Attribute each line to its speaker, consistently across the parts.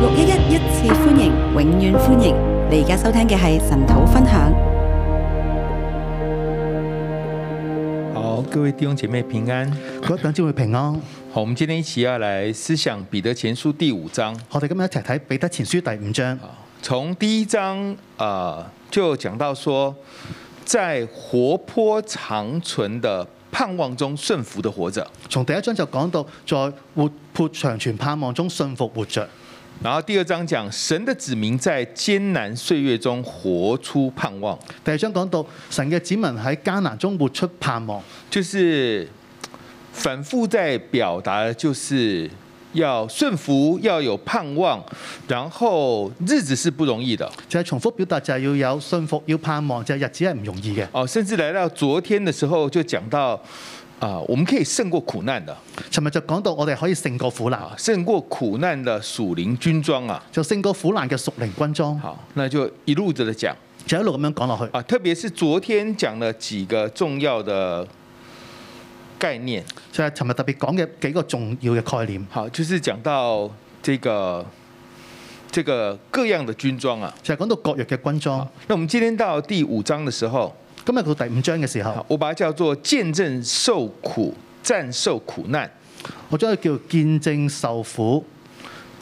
Speaker 1: 六一一一次歡迎，永遠歡迎！你而家收聽嘅係神土分享。
Speaker 2: 好，各位弟兄姐妹平安。
Speaker 3: 各位弟兄姊妹平安，
Speaker 2: 好，我們今天一起要來思想彼得前書第五章。
Speaker 3: 我哋今日一齊睇彼得前書第五章。
Speaker 2: 從第一章啊、呃就講到說，在活潑長存的盼望中順服的活着。
Speaker 3: 從第一章就講到在活潑長存盼望中信服活着。
Speaker 2: 然後第二章講神的子民在艱難歲月中活出盼望，
Speaker 3: 第二章講到神嘅子民喺艱難中活出盼望，
Speaker 2: 就是反覆在表達的就是。要順服，要有盼望，然後日子是不容易的
Speaker 3: 就係、重複表達就係要有信服，要盼望，就係、日子係唔容易嘅。
Speaker 2: 哦。甚至來到昨天的時候，就講到啊、我們可以勝過苦難的。
Speaker 3: 尋日就講到我哋可以勝過苦難，
Speaker 2: 啊，胜过苦難的屬靈軍裝啊，
Speaker 3: 就勝過苦難嘅屬靈軍裝，
Speaker 2: 好，那就一路着的講
Speaker 3: 就一路咁樣講落去。
Speaker 2: 啊，特別是昨天講了幾個重要的概念，
Speaker 3: 就係尋日特別講嘅幾個重要嘅概念，
Speaker 2: 好，就是講到這個這個各樣的軍裝啊。
Speaker 3: 就係、講到各樣嘅軍裝。
Speaker 2: 那我們今天到第五章的時候，
Speaker 3: 今日到第五章嘅時候
Speaker 2: 好，，我把它叫做見證受苦、戰受苦難、
Speaker 3: 我將佢叫見證受苦、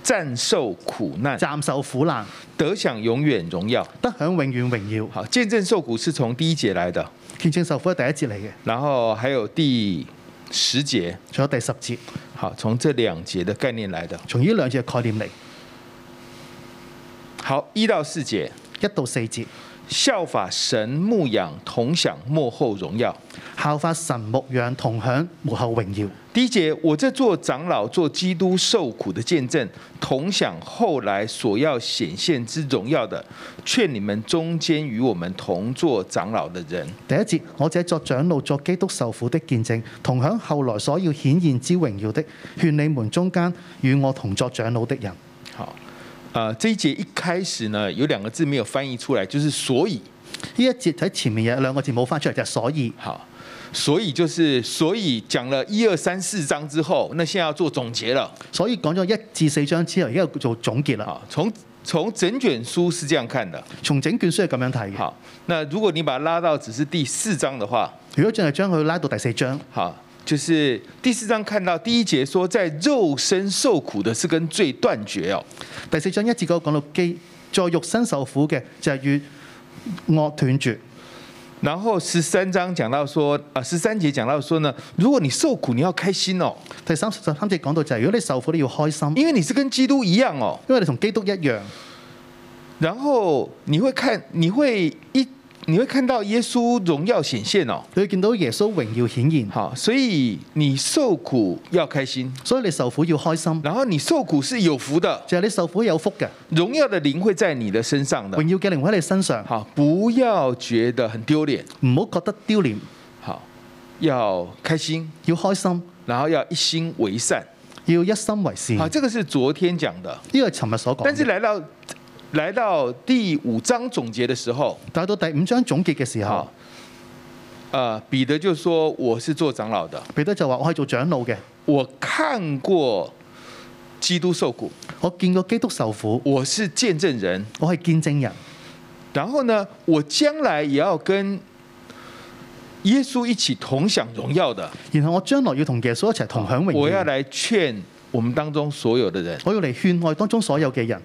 Speaker 2: 戰受苦難，
Speaker 3: 暫受苦難，
Speaker 2: 得享永遠榮耀。
Speaker 3: 得享永遠榮耀。
Speaker 2: 好，見證受苦是從第一節來的，
Speaker 3: 見證受苦係第一節嚟嘅，
Speaker 2: 然後還有第十節。
Speaker 3: 仲有第十節，
Speaker 2: 好，從這兩節的概念來的。
Speaker 3: 從呢兩節嘅概念嚟，
Speaker 2: 好，一到四節，
Speaker 3: 一到四節，
Speaker 2: 效法神牧養，同享幕後榮耀。
Speaker 3: 效法神牧養同享幕後榮耀。
Speaker 2: 第一節，我這做長老，做基督受苦的見證，同享後來所要顯現之榮耀的，勸你們中間與我們同做長老的人。
Speaker 3: 第一節，我這作長老作基督受苦的見證，同享後來所要顯現之榮耀的，勸你們中間與我同作長老的人。
Speaker 2: 好，呃，這一節一開始呢，有兩個字沒有翻譯出來，就是所以。
Speaker 3: 呢一節喺前面有兩個字冇翻出嚟，就係、所以。
Speaker 2: 好，所以就是所以講了一二三四章之後，那現在要做總結了。
Speaker 3: 所以講咗一至四章之後，而家做總結啦。
Speaker 2: 好，從從整卷書是這樣看的。
Speaker 3: 從整卷書係咁樣睇嘅。
Speaker 2: 好，那如果你把它拉到只是第四章的話，
Speaker 3: 如果淨係將佢拉到第四章，
Speaker 2: 好，就是第四章看到第一節說，在肉身受苦的是跟罪斷絕哦。
Speaker 3: 第四章一至九講到基在肉身受苦嘅就係與惡斷絕。
Speaker 2: 然後十三章講到說，啊，十三節講到說呢，如果你受苦，你要開心哦，
Speaker 3: 第三十三節講到就係、如果你受苦你要開心，
Speaker 2: 因為你是跟基督一樣哦。
Speaker 3: 因為你同基督一樣。
Speaker 2: 然後你會看，你會一，你會看到耶穌榮耀顯現哦。
Speaker 3: 你會見到耶穌榮耀顯現，
Speaker 2: 好，所以你受苦要開心，
Speaker 3: 所以你受苦要開心，
Speaker 2: 然後你受苦是有福的，
Speaker 3: 就係、你受苦有福嘅，
Speaker 2: 榮耀的靈會在你的身上的。
Speaker 3: 榮耀嘅靈魂喺你身上，
Speaker 2: 好，不要覺得很丟臉，
Speaker 3: 唔好覺得丟臉，
Speaker 2: 好，要開心，
Speaker 3: 要開心，
Speaker 2: 然後要一心為善。
Speaker 3: 要一心為善。
Speaker 2: 好，
Speaker 3: 呢
Speaker 2: 這個是昨天講的，
Speaker 3: 個係尋日所講
Speaker 2: 啊但是
Speaker 3: 嘅。
Speaker 2: 來到來到第五章總結的時候，
Speaker 3: 但係到第五章總結嘅時候
Speaker 2: 好，，呃，彼得就說我是做長老的，
Speaker 3: 彼得就話：我係做長老嘅，
Speaker 2: 我看過基督受苦，
Speaker 3: 我見過基督受苦，
Speaker 2: 我是見證人，
Speaker 3: 我係見證人，
Speaker 2: 然後呢，我將來也要跟耶穌一起同享榮耀的。
Speaker 3: 然後我將來要同耶穌一齊同享榮
Speaker 2: 我要
Speaker 3: 耀。
Speaker 2: 來勸我們當中所有的人。
Speaker 3: 我要嚟勸愛當中所有嘅人，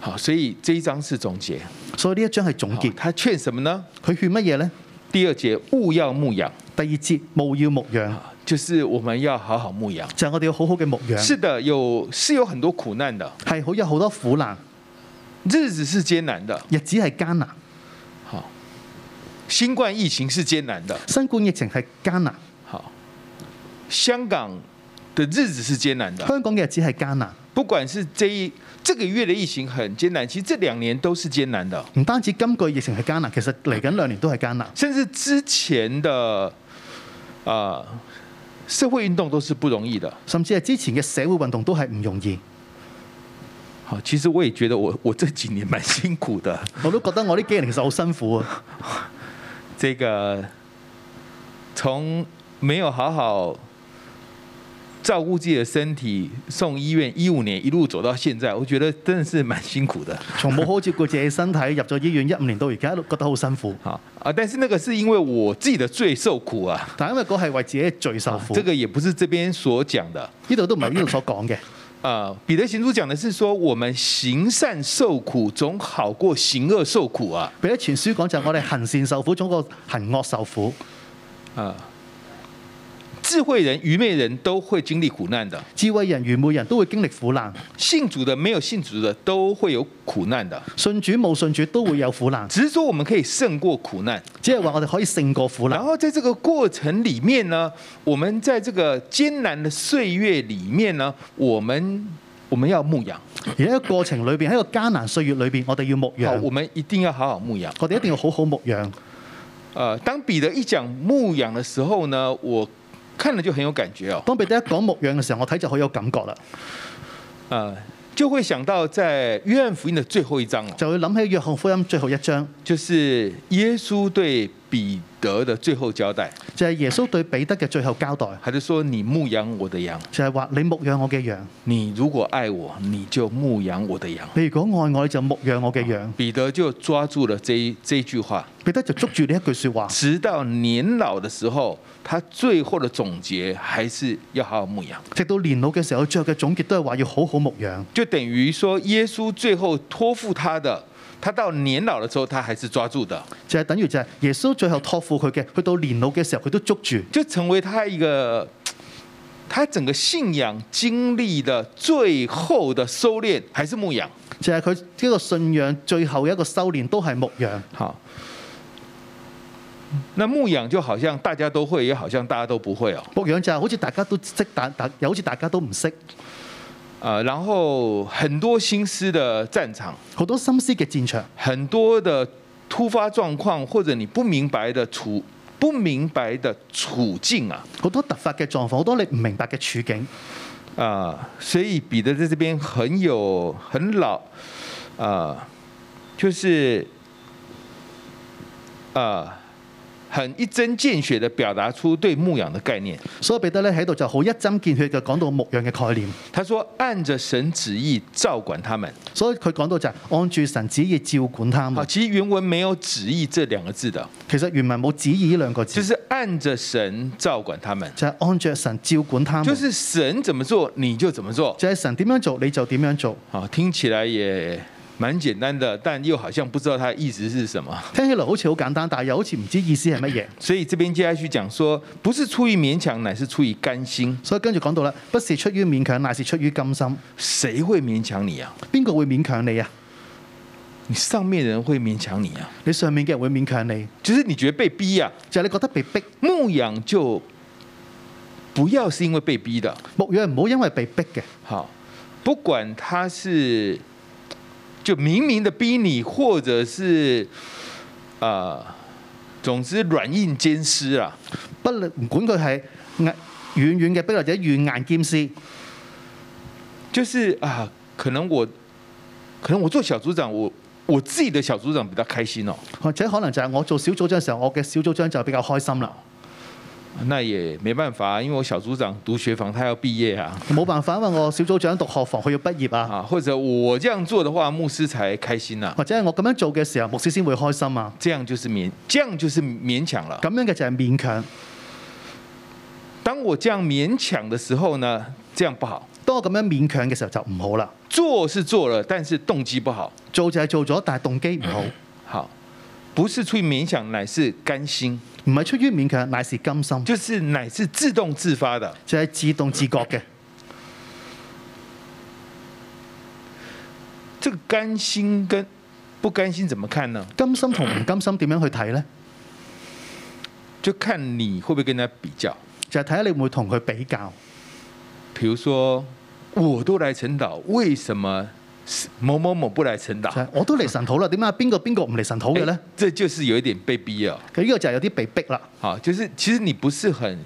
Speaker 2: 好，所以這一章是總結。
Speaker 3: 所以呢一章係總
Speaker 2: 好啊
Speaker 3: 結。
Speaker 2: 他勸什麼呢？
Speaker 3: 佢勸乜嘢呢？
Speaker 2: 第二節，勿要牧養，
Speaker 3: 第二節務要牧養，
Speaker 2: 就是我們要好好牧養。
Speaker 3: 就係、我哋要好好嘅牧養。
Speaker 2: 是的，有是有很多苦難的，
Speaker 3: 係好有好多苦難，
Speaker 2: 日子是艱難的，
Speaker 3: 日子係艱難，
Speaker 2: 好，新冠疫情是艱難的，
Speaker 3: 新冠疫情係艱難，
Speaker 2: 好，香港的日子是艱難的。
Speaker 3: 香港嘅日子係艱難。
Speaker 2: 不管是這一這個月的疫情很艱難，其實這兩年都是艱難的，
Speaker 3: 唔單止今個疫情係艱難，其實嚟緊兩年都係艱難，
Speaker 2: 甚至之前的呃社會運動都是不容易的。
Speaker 3: 甚至係之前嘅社會運動都係唔容易。
Speaker 2: 好，其實我也覺得我我這幾年蠻辛苦的，
Speaker 3: 我都覺得我呢幾年其實好辛苦啊！
Speaker 2: 這個從沒有好好照顾自己的身体，送医院，一五年一路走到现在，我觉得真的是蛮辛苦的。
Speaker 3: 從冇好照顧自己身體，入咗醫院一五年到而家，都覺得好辛苦。
Speaker 2: 好啊，但是那个是因為我自己的罪受苦啊，
Speaker 3: 但因為嗰係為自己最受苦，
Speaker 2: 这個也不是這邊所講的。
Speaker 3: 呢度都唔係呢度所講嘅。
Speaker 2: 呃，彼得行書講的是說，我們行善受苦總好過行惡受苦啊。
Speaker 3: 彼得前書講就係我哋行善受苦，總過行惡受苦。
Speaker 2: 啊，智慧人、愚昧人都會經歷苦難的，
Speaker 3: 智慧人、愚昧人都會經歷苦難，
Speaker 2: 信主的沒有信主的都會有苦難的。
Speaker 3: 信主冇信主都會有苦難，
Speaker 2: 只是說我們可以勝過苦難，
Speaker 3: 只係話我哋可以勝過苦
Speaker 2: 然
Speaker 3: 難。
Speaker 2: 後在這個過程裡面呢，我們在這個艱難的歲月裡面呢，我們我們要牧羊，
Speaker 3: 而喺個過程裏邊，喺個艱難歲月裏邊，我哋要牧
Speaker 2: 好，
Speaker 3: 養
Speaker 2: 我，們一定要好好牧羊。
Speaker 3: 我哋一定要好好牧養。
Speaker 2: 呃，當彼得一講牧羊的時候呢，我看了就很有感覺哦，
Speaker 3: 當彼得一講牧養嘅時候，我睇就好有感覺啦，
Speaker 2: 呃，就會想到在約翰福音的最後一章哦，
Speaker 3: 就會諗起約翰福音最後一章，
Speaker 2: 就是耶穌對彼得的最後交代，
Speaker 3: 就係、耶穌對彼得嘅最後交代，
Speaker 2: 他就說：“你牧養我的羊，
Speaker 3: 就係、話你牧養我嘅羊，
Speaker 2: 你如果愛我，你就牧養我的羊。
Speaker 3: 你如果愛我，你就牧養我嘅羊。”
Speaker 2: 彼得就抓住了這一这一句話，
Speaker 3: 彼得就捉住呢一句説話，
Speaker 2: 直到年老的時候，他最後的總結還是要好好牧羊。
Speaker 3: 直到年老嘅時候，最後嘅總結都係話要好好牧養，
Speaker 2: 就等于说，耶稣最后托付他的，他到年老的时候，他还是抓住的，
Speaker 3: 就係、等於就係耶穌最後托付佢嘅，去到年老嘅時候佢都捉住，
Speaker 2: 就成为他一个他整个信仰经历的最后的收敛，还是牧羊。
Speaker 3: 就係佢呢個信仰最後一個修練都係牧養。
Speaker 2: 好，那牧羊就好像大家都會，也好像大家都不會哦。
Speaker 3: 牧養就係好似大家都識，但但又好似大家都唔識，
Speaker 2: 呃，然后很多心思的战场，
Speaker 3: 好多心思嘅戰場，
Speaker 2: 很多的突发状况，或者你不明白的处不明白的处境啊。
Speaker 3: 好多突發嘅狀況，好多你唔明白嘅處境。
Speaker 2: 啊、所以彼得在这边很有很老，啊、就是啊、很一针见血的表达出对牧羊的概念。
Speaker 3: 所以彼得咧喺度就好一針見血嘅講到牧養嘅概念。
Speaker 2: 他说：“按着神旨意照管他们。
Speaker 3: 所以佢講到就係按住神旨意照管他”
Speaker 2: 好，
Speaker 3: 們。
Speaker 2: 其实原文没有“旨意”这两个字的，
Speaker 3: 其實原文冇旨意呢兩個字
Speaker 2: 就，是按着神照管他们，
Speaker 3: 就係、按着神照管他們。
Speaker 2: 就是神怎么做你就怎么做。
Speaker 3: 就係神點樣做你就點樣做，
Speaker 2: 好，听起来也蛮简单的，但又好像不知道他的意思是什么。
Speaker 3: 聽起來好似好簡單，但係又好似唔知意思係乜嘢。
Speaker 2: 所以这边接下去讲说，不是出于勉强，乃是出于甘心。
Speaker 3: 所以跟住講到啦，不是出於勉強，乃是出於甘心。
Speaker 2: 谁会勉强你啊？
Speaker 3: 邊個會勉強你啊？
Speaker 2: 你上面人会勉强你啊？
Speaker 3: 你上面嘅人會勉強你，
Speaker 2: 就是你觉得被逼啊，
Speaker 3: 就係、你覺得被逼
Speaker 2: 牧养就不要是因为被逼的。
Speaker 3: 牧養，唔好因為被逼嘅。
Speaker 2: 好，不管他是就明明的逼你，或者是啊、呃总之软硬兼施啊。
Speaker 3: 不論唔管佢係硬軟軟嘅逼，或者軟硬兼施，
Speaker 2: 就是啊，可能我可能我做小组长，我我自己的小组长比较开心哦。
Speaker 3: 或者可能就係我做小組長嘅時候，我嘅小組長就比較開心啦。
Speaker 2: 那也没办法，因为我小组长读学房，他要毕业啊，
Speaker 3: 冇辦法，因為我小組長讀學房，佢要畢業啊，
Speaker 2: 啊，或者我這樣做的話，牧師才開心啦、
Speaker 3: 或者係我咁樣做嘅時候，牧師先會開心啊。
Speaker 2: 這樣就是勉，這樣就是勉強了。
Speaker 3: 咁樣嘅就係勉強。
Speaker 2: 當我這樣勉強的時候呢，這樣不好。
Speaker 3: 當我咁樣勉強嘅時候就唔好啦。
Speaker 2: 做是做了，但是動機不好。
Speaker 3: 做就係做咗，但係動機唔好，唔
Speaker 2: 好，不是出於勉強，乃是甘心，
Speaker 3: 係出於勉強，乃是甘心，
Speaker 2: 就是乃是自動自發的。
Speaker 3: 就係自動自覺嘅。
Speaker 2: 這個甘心跟不甘心怎麼看呢？
Speaker 3: 甘心同唔甘心點樣去睇呢？
Speaker 2: 就看你會不會跟人家比較。
Speaker 3: 就係睇下你會唔會同佢比較。
Speaker 2: 比如說，我都來晨島，為什麼是某某某不來晨島
Speaker 3: 就？係我都嚟神土啦，點解邊個邊個唔嚟神土嘅呢
Speaker 2: 哎？这就是有一點被逼啊！
Speaker 3: 佢呢個就係有啲被逼啦，
Speaker 2: 好，就是其實你不是很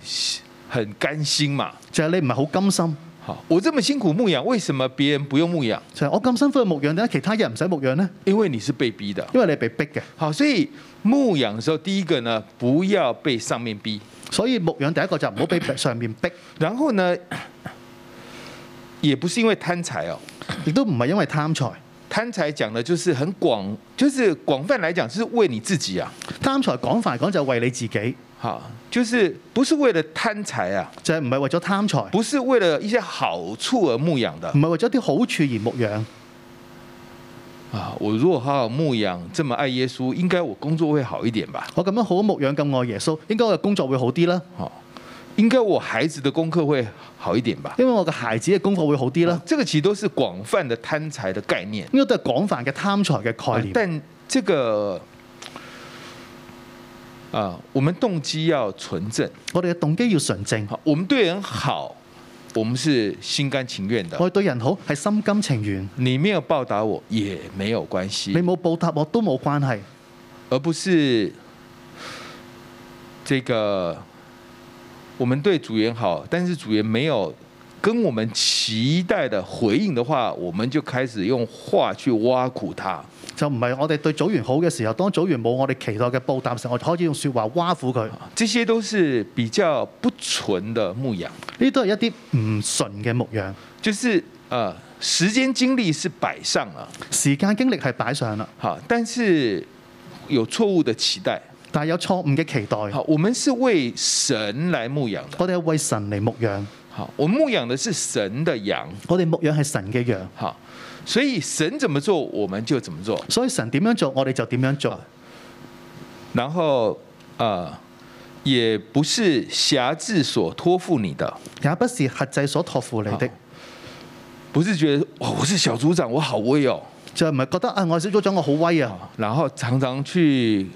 Speaker 2: 很甘心嘛。
Speaker 3: 就係你唔係好甘心。
Speaker 2: 好，我這麼辛苦牧養，為什麼別人不用牧養？
Speaker 3: 就係我咁辛苦去牧養，點解其他人唔使牧養呢？
Speaker 2: 因為你是被逼的。
Speaker 3: 因為你係被逼嘅，
Speaker 2: 好，所以牧養的時候，第一個呢，不要被上面逼。
Speaker 3: 所以牧養第一個就唔好俾上面逼。
Speaker 2: 然後呢，也不是因为贪财哦。
Speaker 3: 亦都唔係因為貪財。
Speaker 2: 贪财讲的就是很广，就是广泛来讲，就是为你自己啊，
Speaker 3: 貪財講法講就係為你自己，
Speaker 2: 好，就是不是為了贪财啊，
Speaker 3: 就係唔係為咗貪財，
Speaker 2: 不是為了一些好處而牧養的
Speaker 3: 唔係為咗啲好處而牧養。
Speaker 2: 啊。我如果好好牧養，这么爱耶穌，應該我工作會好一點吧？
Speaker 3: 我咁樣好好牧養咁愛耶穌，應該我嘅工作會好啲啦，
Speaker 2: 好，應該我孩子的功課會好一點吧？啊
Speaker 3: 因為我嘅孩子嘅功課會好啲啦。
Speaker 2: 这個其實都是廣泛的貪财的概念，啊
Speaker 3: 呢個都係廣泛嘅貪財嘅概念。
Speaker 2: 但这个啊，我們動機要純正。
Speaker 3: 我哋嘅動機要純正，
Speaker 2: 好，我們對人好，我們是心甘情願的。
Speaker 3: 我哋對人好係心甘情願。
Speaker 2: 你沒有報答我也沒有關
Speaker 3: 你
Speaker 2: 係，
Speaker 3: 冇報答我都冇關係，
Speaker 2: 而不是這個我們對組員好，但是組員沒有跟我們期待的回應的話，我們就開始用話去挖苦他。
Speaker 3: 就唔係我哋對組員好嘅時候，當組員冇我哋期待嘅報答嘅時候，我哋可以用説話挖苦佢。呢
Speaker 2: 這些都是比較不純的牧養，
Speaker 3: 啲都係一啲唔純嘅牧養，
Speaker 2: 就是呃，時間精力是擺上了，
Speaker 3: 時間精力係擺上啦，
Speaker 2: 好，但是有錯誤的期待。
Speaker 3: 但係有錯誤嘅期待。
Speaker 2: 好，我們是為神來牧養的。
Speaker 3: 我哋係為神嚟牧養，
Speaker 2: 好，我牧養的是神的羊。
Speaker 3: 我哋牧養係神嘅羊，
Speaker 2: 好，所以神怎麼做，我們就怎麼做。
Speaker 3: 所以神點樣做，我哋就點樣做。
Speaker 2: 然後，呃，也不是轄制所托付你的，
Speaker 3: 也不是核制所託付你的，
Speaker 2: 不是覺得哇，我是小組長，我好威哦，
Speaker 3: 就唔係覺得啊，我小組長我好威啊，
Speaker 2: 然後常常去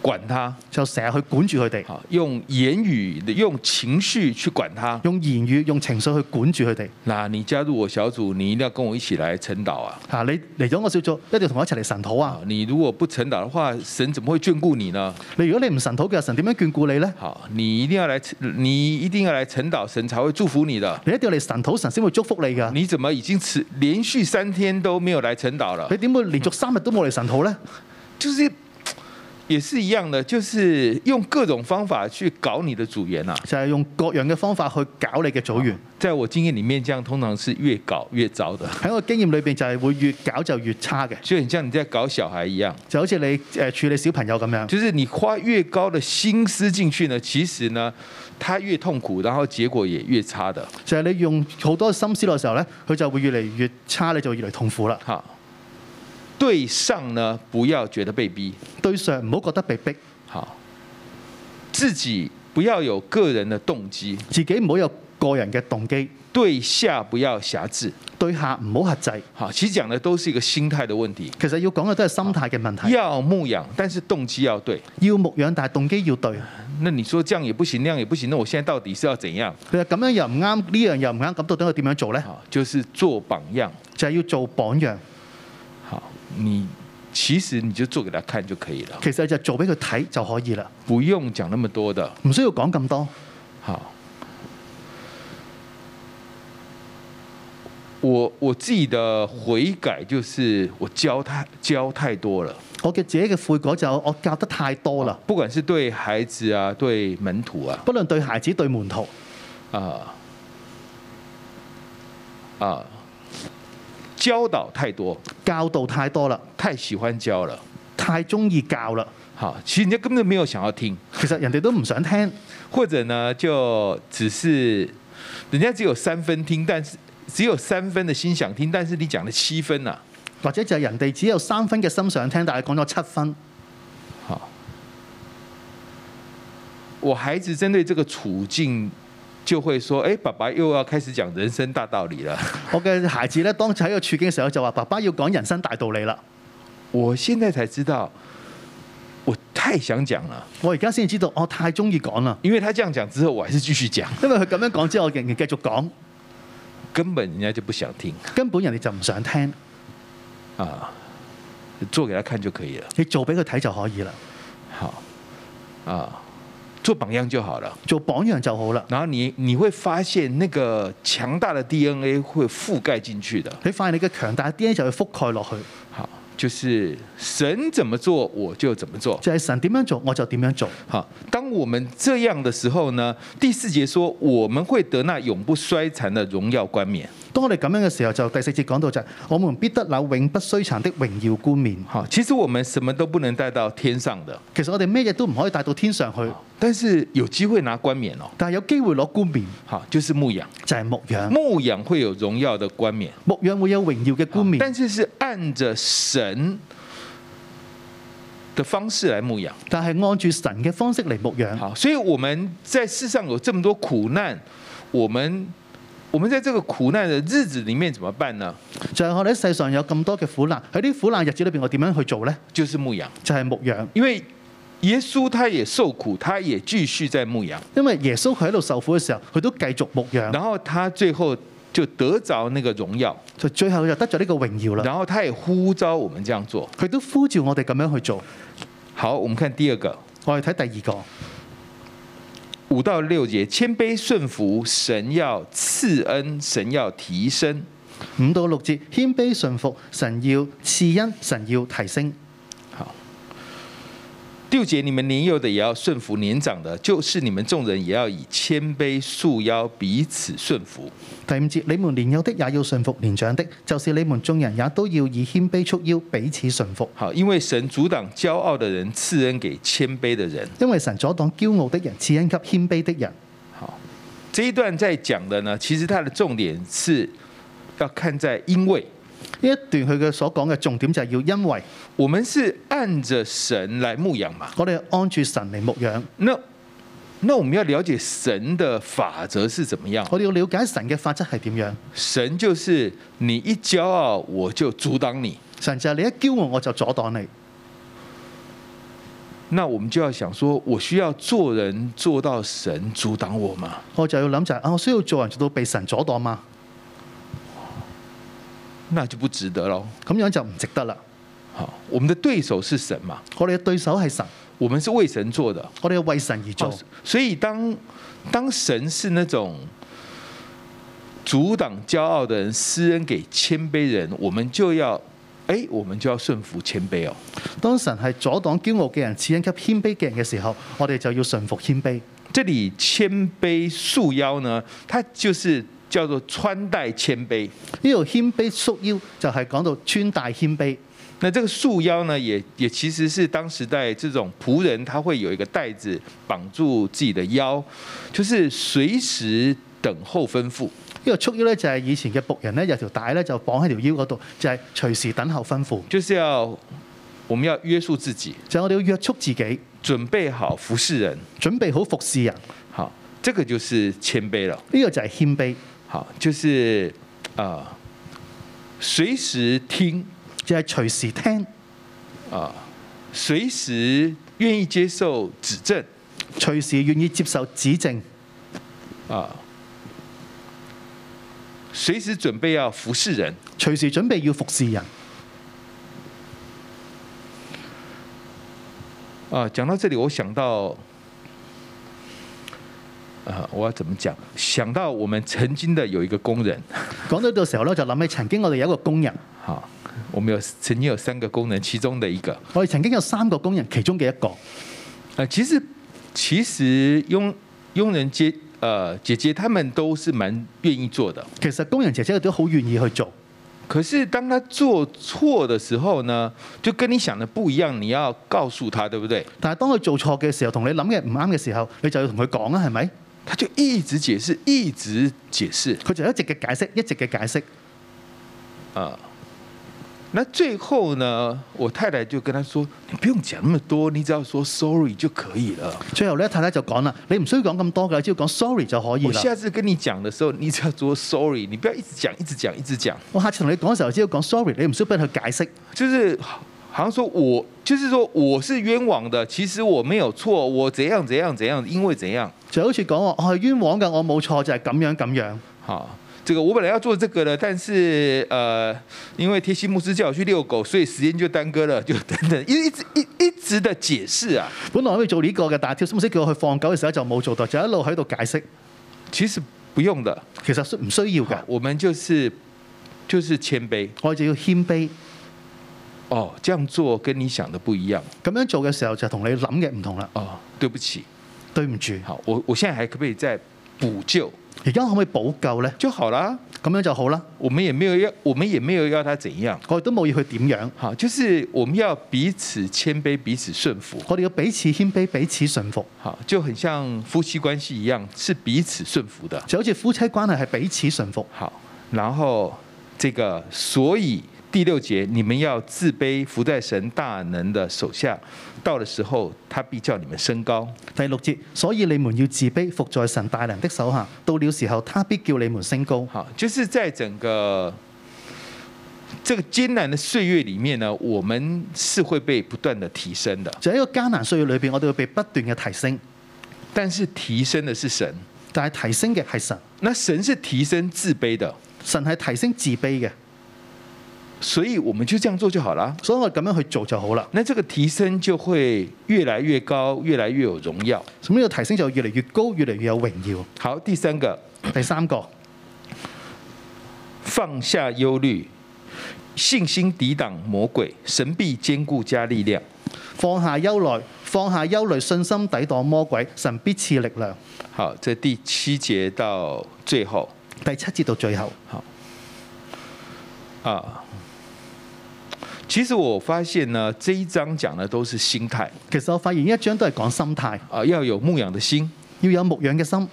Speaker 2: 管他，
Speaker 3: 就成日去管住佢哋，
Speaker 2: 好，用言語、用情緒去管他。
Speaker 3: 用言語、用情緒去管住佢哋。
Speaker 2: 那你加入我小組，你一定要跟我一起來晨禱啊！
Speaker 3: 嚇、你嚟咗我小組，一定要同我一齊嚟神討啊
Speaker 2: 啊！，你如果不晨禱的話，神怎麼會眷顧你呢？
Speaker 3: 你如果你唔神討嘅，神點樣眷顧你呢？
Speaker 2: 好，你一定要來，你一定要來晨禱，神才會祝福你的。
Speaker 3: 你一定要嚟神討，神先會祝福你㗎。
Speaker 2: 你怎麼已經持連續三天都沒有來晨禱了
Speaker 3: 你？點會連續三日都冇嚟神討呢？
Speaker 2: 哎就是也是一樣的，就是用各種方法去搞你的組員啊。
Speaker 3: 就係、用各樣嘅方法去搞你嘅組員。
Speaker 2: 在我經驗裡面，這樣通常是越搞越糟的，
Speaker 3: 喺我經驗裏邊，就係會越搞就越差嘅，
Speaker 2: 就很像你在搞小孩一樣，
Speaker 3: 就好似你誒、呃、處理小朋友咁樣。
Speaker 2: 就是你花越高的心思進去呢，其實呢，他越痛苦，然後結果也越差的。
Speaker 3: 就係你用好多心思落嘅時候咧，佢就會越嚟越差，你就會越嚟越痛苦啦。
Speaker 2: 好，對上呢，不要覺得被逼。
Speaker 3: 對上唔好覺得被逼，
Speaker 2: 好，自己不要有個人的動機，
Speaker 3: 自己唔好有個人嘅動機，
Speaker 2: 對下不要轄制。
Speaker 3: 對下唔好核制。
Speaker 2: 好，其實講的都是一個心態的問題，
Speaker 3: 其實要講嘅都係心態嘅問題，
Speaker 2: 要牧養，但是動機要對。
Speaker 3: 要牧養，但係動機要對。
Speaker 2: 那你說這樣也不行，那樣也不行，那我現在到底是要怎樣？
Speaker 3: 佢話咁樣又唔啱，呢樣又唔啱，咁到底我點樣做呢？
Speaker 2: 好，就是做榜樣。
Speaker 3: 就係、要做榜樣，
Speaker 2: 好，你其實你就做給他看就可以了，
Speaker 3: 其實就做俾佢睇就可以啦，
Speaker 2: 不用講那麼多的。
Speaker 3: 唔需要講咁多。
Speaker 2: 好，我我自己的悔改就是我教太教太多了。
Speaker 3: 我嘅自己嘅悔改就我教得太多啦，
Speaker 2: 不管是对孩子啊，对门徒啊，
Speaker 3: 不論對孩子對門徒，
Speaker 2: 啊啊，教导太多，
Speaker 3: 教導太多啦，
Speaker 2: 太喜欢教了。
Speaker 3: 太中意教啦。
Speaker 2: 好，其实人家根本没有想要听，
Speaker 3: 其實人哋都唔想聽，
Speaker 2: 或者呢，就只是人家只有三分听，但是只有三分的心想听，但是你讲了七分呐、
Speaker 3: 或者就係人哋只有三分嘅心想聽，但係講咗七分。
Speaker 2: 好，我孩子针对这个处境，就会说：“哎，爸爸又要开始讲人生大道理了。”
Speaker 3: 我嘅孩子咧，當喺個處境嘅時候就話：爸爸要講人生大道理啦。
Speaker 2: 我现在才知道，我太想讲了，
Speaker 3: 我而家先知道，我太中意講啦，
Speaker 2: 因为他這樣講之後，我還是繼續講，
Speaker 3: 因為佢咁樣講之後，我仍然繼續講，
Speaker 2: 根本人家就不想聽
Speaker 3: 根本人哋就唔想聽。
Speaker 2: 啊，做給他看就可以了。
Speaker 3: 你做俾佢睇就可以啦，
Speaker 2: 好，啊，做榜樣就好了。
Speaker 3: 做榜樣就好啦。
Speaker 2: 然後你你會發現那個強大的 DNA 會覆蓋進去的。
Speaker 3: 你發現你嘅強大 DNA 就會覆蓋落去，
Speaker 2: 好，就是神怎么做我就怎么做。
Speaker 3: 就係神點樣做我就點樣做。
Speaker 2: 好，当我们这样的时候呢，第四节说我们会得那永不衰残的荣耀冠冕。
Speaker 3: 當我哋咁樣嘅時候，就第四節講到就係、我們必得那永不衰殘的榮耀冠冕。
Speaker 2: 好，其实我们什么都不能带到天上的，
Speaker 3: 其實我哋咩嘢都唔可以帶到天上去，
Speaker 2: 但是有机会拿冠冕哦。
Speaker 3: 但係有機會攞冠冕
Speaker 2: 好，就是牧羊，
Speaker 3: 就係、牧羊，
Speaker 2: 牧羊会有荣耀的冠冕，
Speaker 3: 牧羊會有榮耀嘅冠冕，
Speaker 2: 但是是按着神的方式来牧羊。
Speaker 3: 但係按住神嘅方式嚟牧養。
Speaker 2: 好，所以我们在世上有这么多苦难，我们我们在这个苦难的日子里面怎么办呢？
Speaker 3: 就係我哋喺世上有咁多嘅苦難，喺啲苦難日子裏邊，我點樣去做呢？
Speaker 2: 就是牧羊，
Speaker 3: 就係、牧養，
Speaker 2: 因为耶穌他也受苦，他也继续在牧羊，
Speaker 3: 因為耶穌佢喺度受苦嘅時候，佢都繼續牧養，
Speaker 2: 然后他最后就得着那个荣耀，
Speaker 3: 就最後就得咗呢個榮耀啦。
Speaker 2: 然后他也呼召我们这样做。
Speaker 3: 佢都呼召我哋咁樣去做。
Speaker 2: 好，我们看第二个
Speaker 3: 我哋睇第二個
Speaker 2: 五到六节，谦卑顺服，神要赐恩，神要提升。
Speaker 3: 五到六節，謙卑順服，神要賜恩，神要提升。
Speaker 2: 好，第五节，你们年幼的也要顺服年长的，就是你们众人也要以谦卑束腰，彼此顺服。
Speaker 3: 第五節，你們年幼的也要順服年長的，就是你們眾人也都要以謙卑束腰，彼此順服。
Speaker 2: 好，因为神阻挡骄傲的人，赐恩给谦卑的人。
Speaker 3: 因為神阻擋驕傲的人，賜恩給謙卑的人。
Speaker 2: 好，这一段在讲的呢，其实它的重点是要看在因为
Speaker 3: 呢一段佢嘅所講嘅重點就係要因為
Speaker 2: 我们是按着神来牧养嘛，
Speaker 3: 我哋按住神嚟牧養，
Speaker 2: 那那我们要了解神的法则是怎么样，
Speaker 3: 我哋要了解神嘅法則係點樣。
Speaker 2: 神就是你一骄傲我就阻挡你。
Speaker 3: 神就係你一驕傲我就阻擋你，
Speaker 2: 那我们就要想说，我需要做人做到神阻挡我吗？
Speaker 3: 我就要諗就係、啊，我需要做人做到被神阻擋嘛，
Speaker 2: 那就不值得喽。
Speaker 3: 咁樣就唔值得啦。
Speaker 2: 好，我们的对手是神嘛，
Speaker 3: 我哋嘅對手係神，
Speaker 2: 我们是为神做的。
Speaker 3: 我哋係為神而做
Speaker 2: 哦，所以当当神是那种阻挡骄傲的人，施恩给谦卑人，我们就要哎，我们就要顺服谦卑哦。
Speaker 3: 當神係阻擋驕傲嘅人，賜恩給謙卑嘅人嘅時候，我哋就要順服謙卑。
Speaker 2: 这里谦卑束腰呢，它就是叫做穿戴谦卑。
Speaker 3: 呢度謙卑束腰就係講到穿戴謙卑。
Speaker 2: 那这个束腰呢，也也其实是当时代这种仆人他会有一个带子绑住自己的腰，就是随时等候吩咐。
Speaker 3: 呢個束腰咧就係以前嘅仆人咧有條帶咧就綁喺條腰嗰度，就係隨時等候吩咐。
Speaker 2: 就是要我們要約束自己，
Speaker 3: 就係我哋要約束自己，
Speaker 2: 準備好服侍人。
Speaker 3: 準備好服侍人。呢
Speaker 2: 好，这个就是谦卑了。
Speaker 3: 個就係謙卑，
Speaker 2: 好，就是啊，呃随、时听
Speaker 3: 就係隨時聽，
Speaker 2: 啊，随、时愿意接受指正
Speaker 3: 隨時願意接受指正，
Speaker 2: 啊，随、时准备要服侍人。
Speaker 3: 隨時準備要服侍人。
Speaker 2: 啊，讲到这里，我想到，啊，我要怎么讲？想到我们曾经的有一个工人，
Speaker 3: 講到呢度時候咧，就諗起曾經我哋有一個工人，
Speaker 2: 好，我们有曾经有三个工人，其中的一个，
Speaker 3: 我哋曾經有三個工人，其中嘅一個。
Speaker 2: 呃，其实其实佣佣人姐呃姐姐他们都是蛮愿意做的，
Speaker 3: 其實工人姐姐都好願意去做，
Speaker 2: 可是当他做错的时候呢，就跟你想的不一樣，你要告诉他，对不对？
Speaker 3: 但係當佢做錯嘅時候，同你諗嘅唔啱嘅時候，你就要同佢講啊啦，係咪？
Speaker 2: 他就一直解釋，一直解釋
Speaker 3: 佢就一直嘅解釋，一直嘅解釋。
Speaker 2: 啊。那最后呢，我太太就跟他说：“你不用讲那么多，你只要说 sorry 就可以了。
Speaker 3: 最後咧，太太就講啦：你唔需要講咁多㗎啦，只要講 sorry 就可以
Speaker 2: 我
Speaker 3: 啦。
Speaker 2: 下次跟你讲的时候，你只要说 sorry，你不要一直讲，一直讲，一直講
Speaker 3: 我下次同你講嘅時候，只要講 sorry，你唔需要俾佢解釋。
Speaker 2: 就是好像说我就是说我是冤枉的，其实我没有错，我怎样怎样怎样，因为怎样
Speaker 3: 就好似講話我係冤枉㗎，我冇錯，就係、咁樣咁樣。
Speaker 2: 好。这个我本来要做这个的，但是呃，因为贴心牧师叫我去遛狗，所以时间就耽搁了，就等等，一一直一一直的解释啊。
Speaker 3: 本來可以做呢、個嘅，但係跳心師叫我去放狗嘅時候就冇做到，就一路喺度解釋。
Speaker 2: 其实不用的，
Speaker 3: 其實需唔需要
Speaker 2: 好
Speaker 3: 㗎？
Speaker 2: 我们就是就是谦卑，
Speaker 3: 我哋就要謙卑，
Speaker 2: 哦，这样做跟你想的不一样
Speaker 3: 咁樣做嘅時候就同你諗嘅唔同啦。
Speaker 2: 哦，对不起，
Speaker 3: 對唔住，
Speaker 2: 好，我我現在還可不可以再補救
Speaker 3: 而家可唔可以補救呢？
Speaker 2: 就好啦？
Speaker 3: 咁樣就好啦。
Speaker 2: 我們也沒有要，我們也沒有要他怎樣。
Speaker 3: 我哋都冇要佢點樣，
Speaker 2: 好，就是我們要彼此謙卑，彼此順服。
Speaker 3: 我哋要彼此謙卑，彼此順服，
Speaker 2: 好，就很像夫妻關係一樣，是彼此順服的。
Speaker 3: 就好似夫妻關係係彼此順服。
Speaker 2: 好，然後這個，所以第六節，你們要自卑，伏在神大能的手下。到的時候，他必叫你們升高。
Speaker 3: 第六節，所以你們要自卑，服在神大能的手下。到了時候，他必叫你們升高。
Speaker 2: 好，就是在整個這個艱難的歲月裡面呢，我們是會被不斷的提升的，
Speaker 3: 就喺一個艱難歲月裏邊，我哋會被不斷嘅提升，
Speaker 2: 但是提升的是神，
Speaker 3: 但係提升嘅係神，
Speaker 2: 那神是提升自卑的，
Speaker 3: 神係提升自卑嘅，
Speaker 2: 所以我們就這樣做就好了。
Speaker 3: 所以我哋咁樣去做就好啦。
Speaker 2: 那這個提升就會越來越高，越來越有榮耀。
Speaker 3: 咁呢個提升就越嚟越高，越嚟越有榮
Speaker 2: 好，第三個，
Speaker 3: 耀。第三個，
Speaker 2: 放下憂慮，信心抵擋魔鬼，神必堅固加力量。
Speaker 3: 放下憂慮，放下憂慮，信心抵擋魔鬼，神必賜力量。
Speaker 2: 好，這第七節到最後。
Speaker 3: 第七節到最後，
Speaker 2: 啊。其實我發現呢，這一章講的都是心態
Speaker 3: 其實我發現呢一章都係講心態，
Speaker 2: 啊，要有牧養的心，
Speaker 3: 要有牧養嘅心，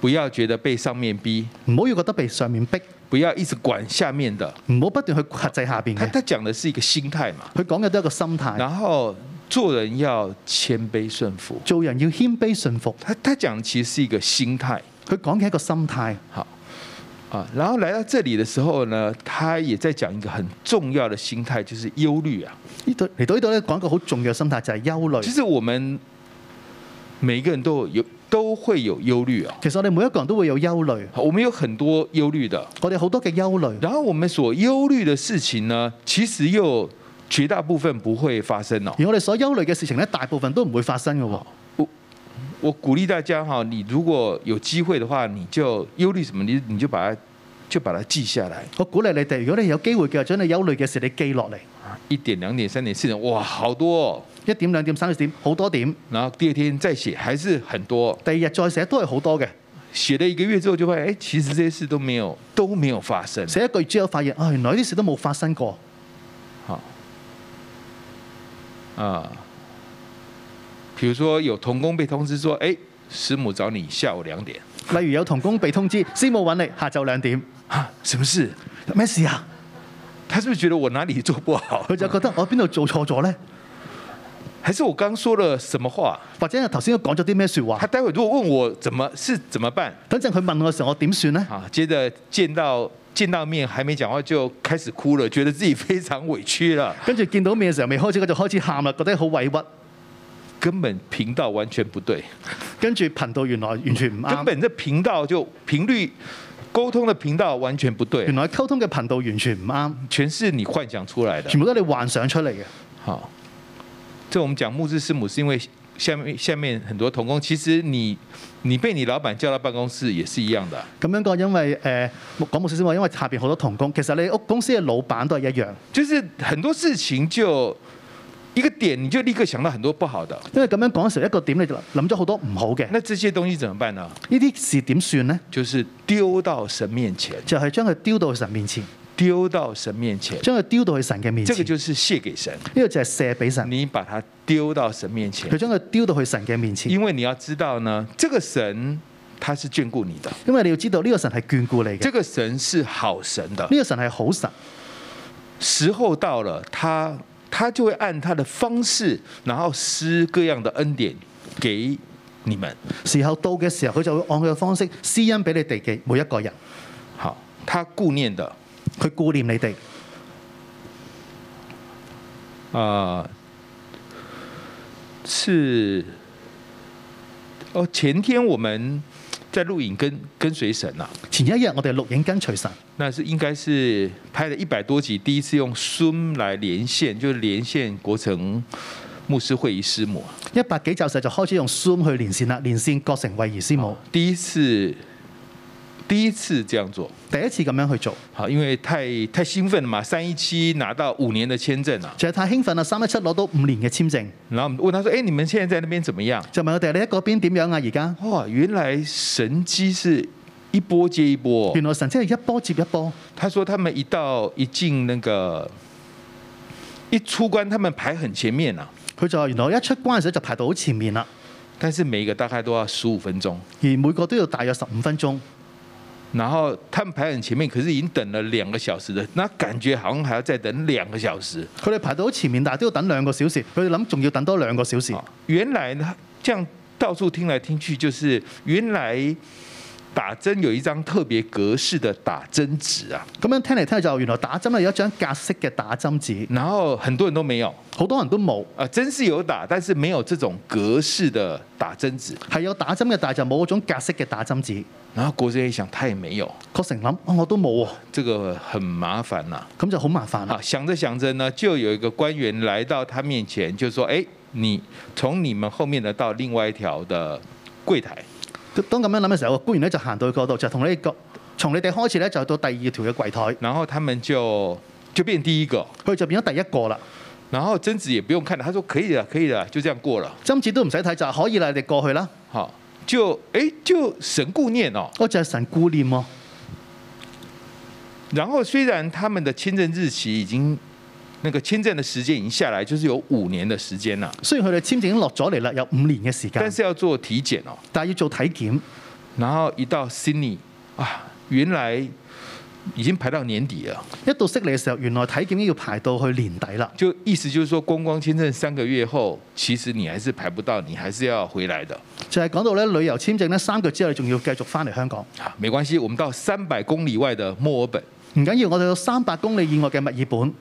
Speaker 2: 不要覺得被上面逼，
Speaker 3: 唔好要覺得被上面逼，
Speaker 2: 不要一直管下面的。
Speaker 3: 唔好不斷去克制下邊
Speaker 2: 他
Speaker 3: 嘅。
Speaker 2: 他講的是一個心態嘛，
Speaker 3: 佢講嘅都係一個心態，
Speaker 2: 然後做人要謙卑順服。
Speaker 3: 做人要謙卑順服。
Speaker 2: 他他講的其實是一個心態，
Speaker 3: 佢講嘅係一個心態。
Speaker 2: 好啊。然後來到這裡的時候呢，他也在講一個很重要的心態，就是憂慮啊。
Speaker 3: 呢度嚟到呢度咧，講一個好重要嘅心態就係憂
Speaker 2: 其
Speaker 3: 慮。
Speaker 2: 實我們每一個人都有都會有憂慮啊，
Speaker 3: 其實我哋每一個人都會有憂慮，
Speaker 2: 好我們有很多憂慮的。
Speaker 3: 我哋好多嘅憂慮。
Speaker 2: 然後我們所憂慮的事情呢，其實又絕大部分不會發生哦。
Speaker 3: 而我哋所憂慮嘅事情咧，大部分都唔會發生嘅喎。
Speaker 2: 我鼓勵大家哈，你如果有機會的話，你就憂慮什麼，你你就把它就把它記下來，
Speaker 3: 我鼓勵你哋，如果你有機會嘅話，將你憂慮嘅事你記落嚟，
Speaker 2: 一點、兩點、三點、四點，哇，好多、哦。
Speaker 3: 一點、兩點、三點，好多點。
Speaker 2: 然後第二天再寫，還是很多。
Speaker 3: 第二日再寫都係好多嘅。
Speaker 2: 寫了一個月之後，就發現，哎，其實這些事都沒有都沒有發生。
Speaker 3: 寫一個月之後發現，啊，原來呢啲事都冇發生過。
Speaker 2: 好，啊，比如說有童工被通知說，哎，師母找你下午兩點，
Speaker 3: 例如有童工被通知，師母揾你下晝兩點，
Speaker 2: 啊，什麼事？
Speaker 3: 咩事啊？
Speaker 2: 他是不是覺得我哪裡做不好
Speaker 3: 佢？就覺 得我邊度做錯咗呢？
Speaker 2: 還是我剛說了什麼話？
Speaker 3: 或者頭先講咗啲咩説
Speaker 2: 他
Speaker 3: 話？
Speaker 2: 待會如果問我怎麼是怎麼辦
Speaker 3: 等陣佢問我嘅時候，我點算呢？
Speaker 2: 啊？接着見到見到面還沒講話就開始哭了，覺得自己非常委屈了，
Speaker 3: 跟住見到面嘅時候，未開始佢就開始喊啦，覺得好委屈。
Speaker 2: 根本頻道完全不對，
Speaker 3: 跟住頻道原來完全唔
Speaker 2: 根
Speaker 3: 啱，
Speaker 2: 本這頻道就頻率溝通的頻道完全不對
Speaker 3: 原，來溝通嘅頻道完全唔啱，
Speaker 2: 全是你幻想出來的
Speaker 3: 全。部都係你幻想出嚟嘅。
Speaker 2: 好，这我们讲牧师师母是因為下面下面很多童工，其實你你被你老闆叫到辦公室也是一樣的啊。
Speaker 3: 咁樣講，因為誒講冇少少話，因為下邊好多童工，其實你屋公司嘅老闆都係一樣，
Speaker 2: 就是很多事情就一個點，你就立刻想到很多不好的。
Speaker 3: 因為咁樣講嘅時候，一個點你就諗咗好多唔好嘅，呢
Speaker 2: 那這些東西怎麼辦呢？
Speaker 3: 啲事點算呢？
Speaker 2: 就是丟到神面前，
Speaker 3: 就係、將佢丟到去神面前，
Speaker 2: 丟到神面前，
Speaker 3: 將佢丟到去神嘅面
Speaker 2: 這個
Speaker 3: 前。呢、
Speaker 2: 就是卸給神。
Speaker 3: 個就係卸俾神，
Speaker 2: 你把它丟到神面前
Speaker 3: 佢，將佢丟到去神嘅面前。
Speaker 2: 因為你要知道呢，這個神他是眷顧你的，
Speaker 3: 因為你要知道呢、個神係眷顧你嘅，
Speaker 2: 這
Speaker 3: 呢、
Speaker 2: 個神是好神的。
Speaker 3: 個神係好神。
Speaker 2: 時候到了，他他就會按他的方式，然後施各樣的恩典給你們。
Speaker 3: 時候到嘅時候，佢就會按佢嘅方式施恩俾你哋嘅每一個人，
Speaker 2: 好，他顧念的。
Speaker 3: 佢顧念你哋。
Speaker 2: 啊、是哦，前天我們在錄影跟跟隨神啊，
Speaker 3: 前一日我哋錄影跟隨神，
Speaker 2: 那是應該是拍了一百多集，第一次用 Zoom 來連線，就是連線國城牧師會議師母啊，
Speaker 3: 一百幾集時就開始用 Zoom 去連線啦，連線郭成慧儀師母。
Speaker 2: 第一次第一次这样做，
Speaker 3: 第一次咁樣去做，
Speaker 2: 好，因为太太兴奋了嘛，三一七拿到五年的签证啊，
Speaker 3: 就係太興奮啦！三一七攞到五年嘅簽證，
Speaker 2: 然后我们問他说：“哎、你们現在在那邊怎麼樣
Speaker 3: 就問我哋你喺嗰邊點樣啊？而家？”
Speaker 2: 哇，原來神機是一波接一波。哦
Speaker 3: 原來神真係一波接一波。
Speaker 2: 他說他們一到一进那個一出關，他們排很前面啊，
Speaker 3: 佢就話原來我一出關嘅時候就排到好前面啦，
Speaker 2: 但是每一個大概都要十五分鐘。
Speaker 3: 而每個都要大約十五分鐘。
Speaker 2: 然後他們排很前面，可是已經等了兩個小時了，那感覺好像還要再等兩個小時。
Speaker 3: 佢哋排到好前面，但係都要等兩個小時。佢哋諗仲要等多兩個小時。
Speaker 2: 啊原來呢，這樣到處聽來聽去，就是原來打針有一張特別格式的打針紙啊，
Speaker 3: 咁樣聽嚟聽去就原來打針咧有一張格式嘅打針紙，
Speaker 2: 然後很多人都沒有。
Speaker 3: 好多人都冇，
Speaker 2: 啊，真是有打，但是没有这种格式的打針紙。
Speaker 3: 係有打針嘅，但係就冇嗰種格式嘅打針紙。
Speaker 2: 然後國人一想，他也沒有，
Speaker 3: 郭成諗、哦我都冇喎，
Speaker 2: 這個很麻煩呐、
Speaker 3: 咁就好麻煩
Speaker 2: 啊。
Speaker 3: 啦。
Speaker 2: 想着想着呢，就有一個官員來到他面前，就說：“哎、你從你們後面的到另外一條的櫃台。
Speaker 3: 當咁樣諗嘅時候，個官員咧就行到去嗰度，就同你講，從你哋開始咧就到第二條嘅櫃台，”
Speaker 2: 然後他們就就變第一個，
Speaker 3: 佢就變咗第一個啦。
Speaker 2: 然後針紙也不用看了，他說：“可以了，可以了，就這樣過了。
Speaker 3: 針紙都唔使睇就係可以啦，你哋過去啦。”
Speaker 2: 好，就哎、就神顧念哦。
Speaker 3: 我就係神顧念喎。
Speaker 2: 然後雖然他們的簽證日期已經那個簽證的時間已經下來，就是有五年的時間了。
Speaker 3: 雖然佢哋簽證已經落咗嚟啦，有五年嘅時
Speaker 2: 但
Speaker 3: 間，
Speaker 2: 是要做體檢哦。
Speaker 3: 但係要做體檢。
Speaker 2: 然後一到 Sydney 啊，原來已經排到年底了，
Speaker 3: 一到悉尼嘅時候，原來體檢已經要排到去年底啦。
Speaker 2: 就意思就是說，觀光簽證三個月後，其實你還是排不到，你還是要回來的。
Speaker 3: 就係講到咧旅遊簽證咧三個月之後，你仲要繼續翻嚟香港。
Speaker 2: 啊，沒關係，我們到三百公里外的墨爾本
Speaker 3: 唔緊要，我哋有三百公里以外嘅墨爾本，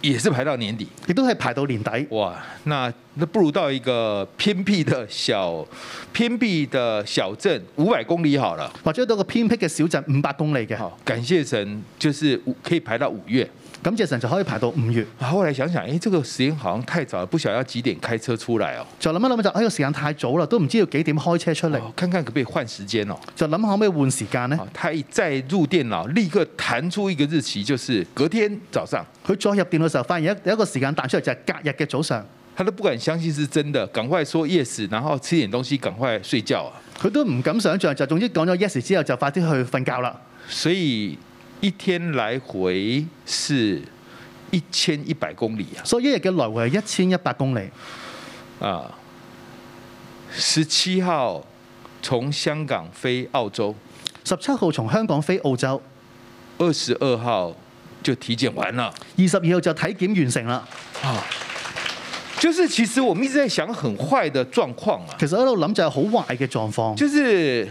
Speaker 2: 也是排到年底。
Speaker 3: 亦都係排到年底。
Speaker 2: 哇，那那不如到一個偏僻的小偏僻的小鎮五百公里好了。
Speaker 3: 或者到個偏僻嘅小鎮五百公里嘅，
Speaker 2: 好，感謝神，就是五可以排到五月。
Speaker 3: 感謝神就可以排到五月。
Speaker 2: 啊，后來想想，哎、這個時間好像太早了，不曉得要幾點開車出來哦。
Speaker 3: 就諗一諗就，哎個時間太早啦，都唔知要幾點開車出嚟，
Speaker 2: 哦看看可不可以換時間哦。
Speaker 3: 就諗下可唔可以換時間呢
Speaker 2: 好？，他一再入電腦，立刻彈出一個日期，就是隔天早上。
Speaker 3: 佢再入電腦嘅時候，發現有一個時間彈出嚟就係隔日嘅早上，
Speaker 2: 他都不敢相信是真的，趕快說 yes，然後吃點東西，趕快睡覺啊。
Speaker 3: 佢都唔敢想像，就總之講咗 yes 之後就快啲去瞓覺啦。
Speaker 2: 所以一天來回是一千一百公里啊，
Speaker 3: 所以一日嘅來回係一千一百公里。
Speaker 2: 啊，十七號從香港飛澳洲，
Speaker 3: 十七號從香港飛澳洲，
Speaker 2: 二十二號就體檢完了。
Speaker 3: 二十二號就體檢完成啦。
Speaker 2: 啊，就是其實我們一直在想很壞的狀況啊，
Speaker 3: 其實喺度諗就係好壞嘅狀況，
Speaker 2: 就是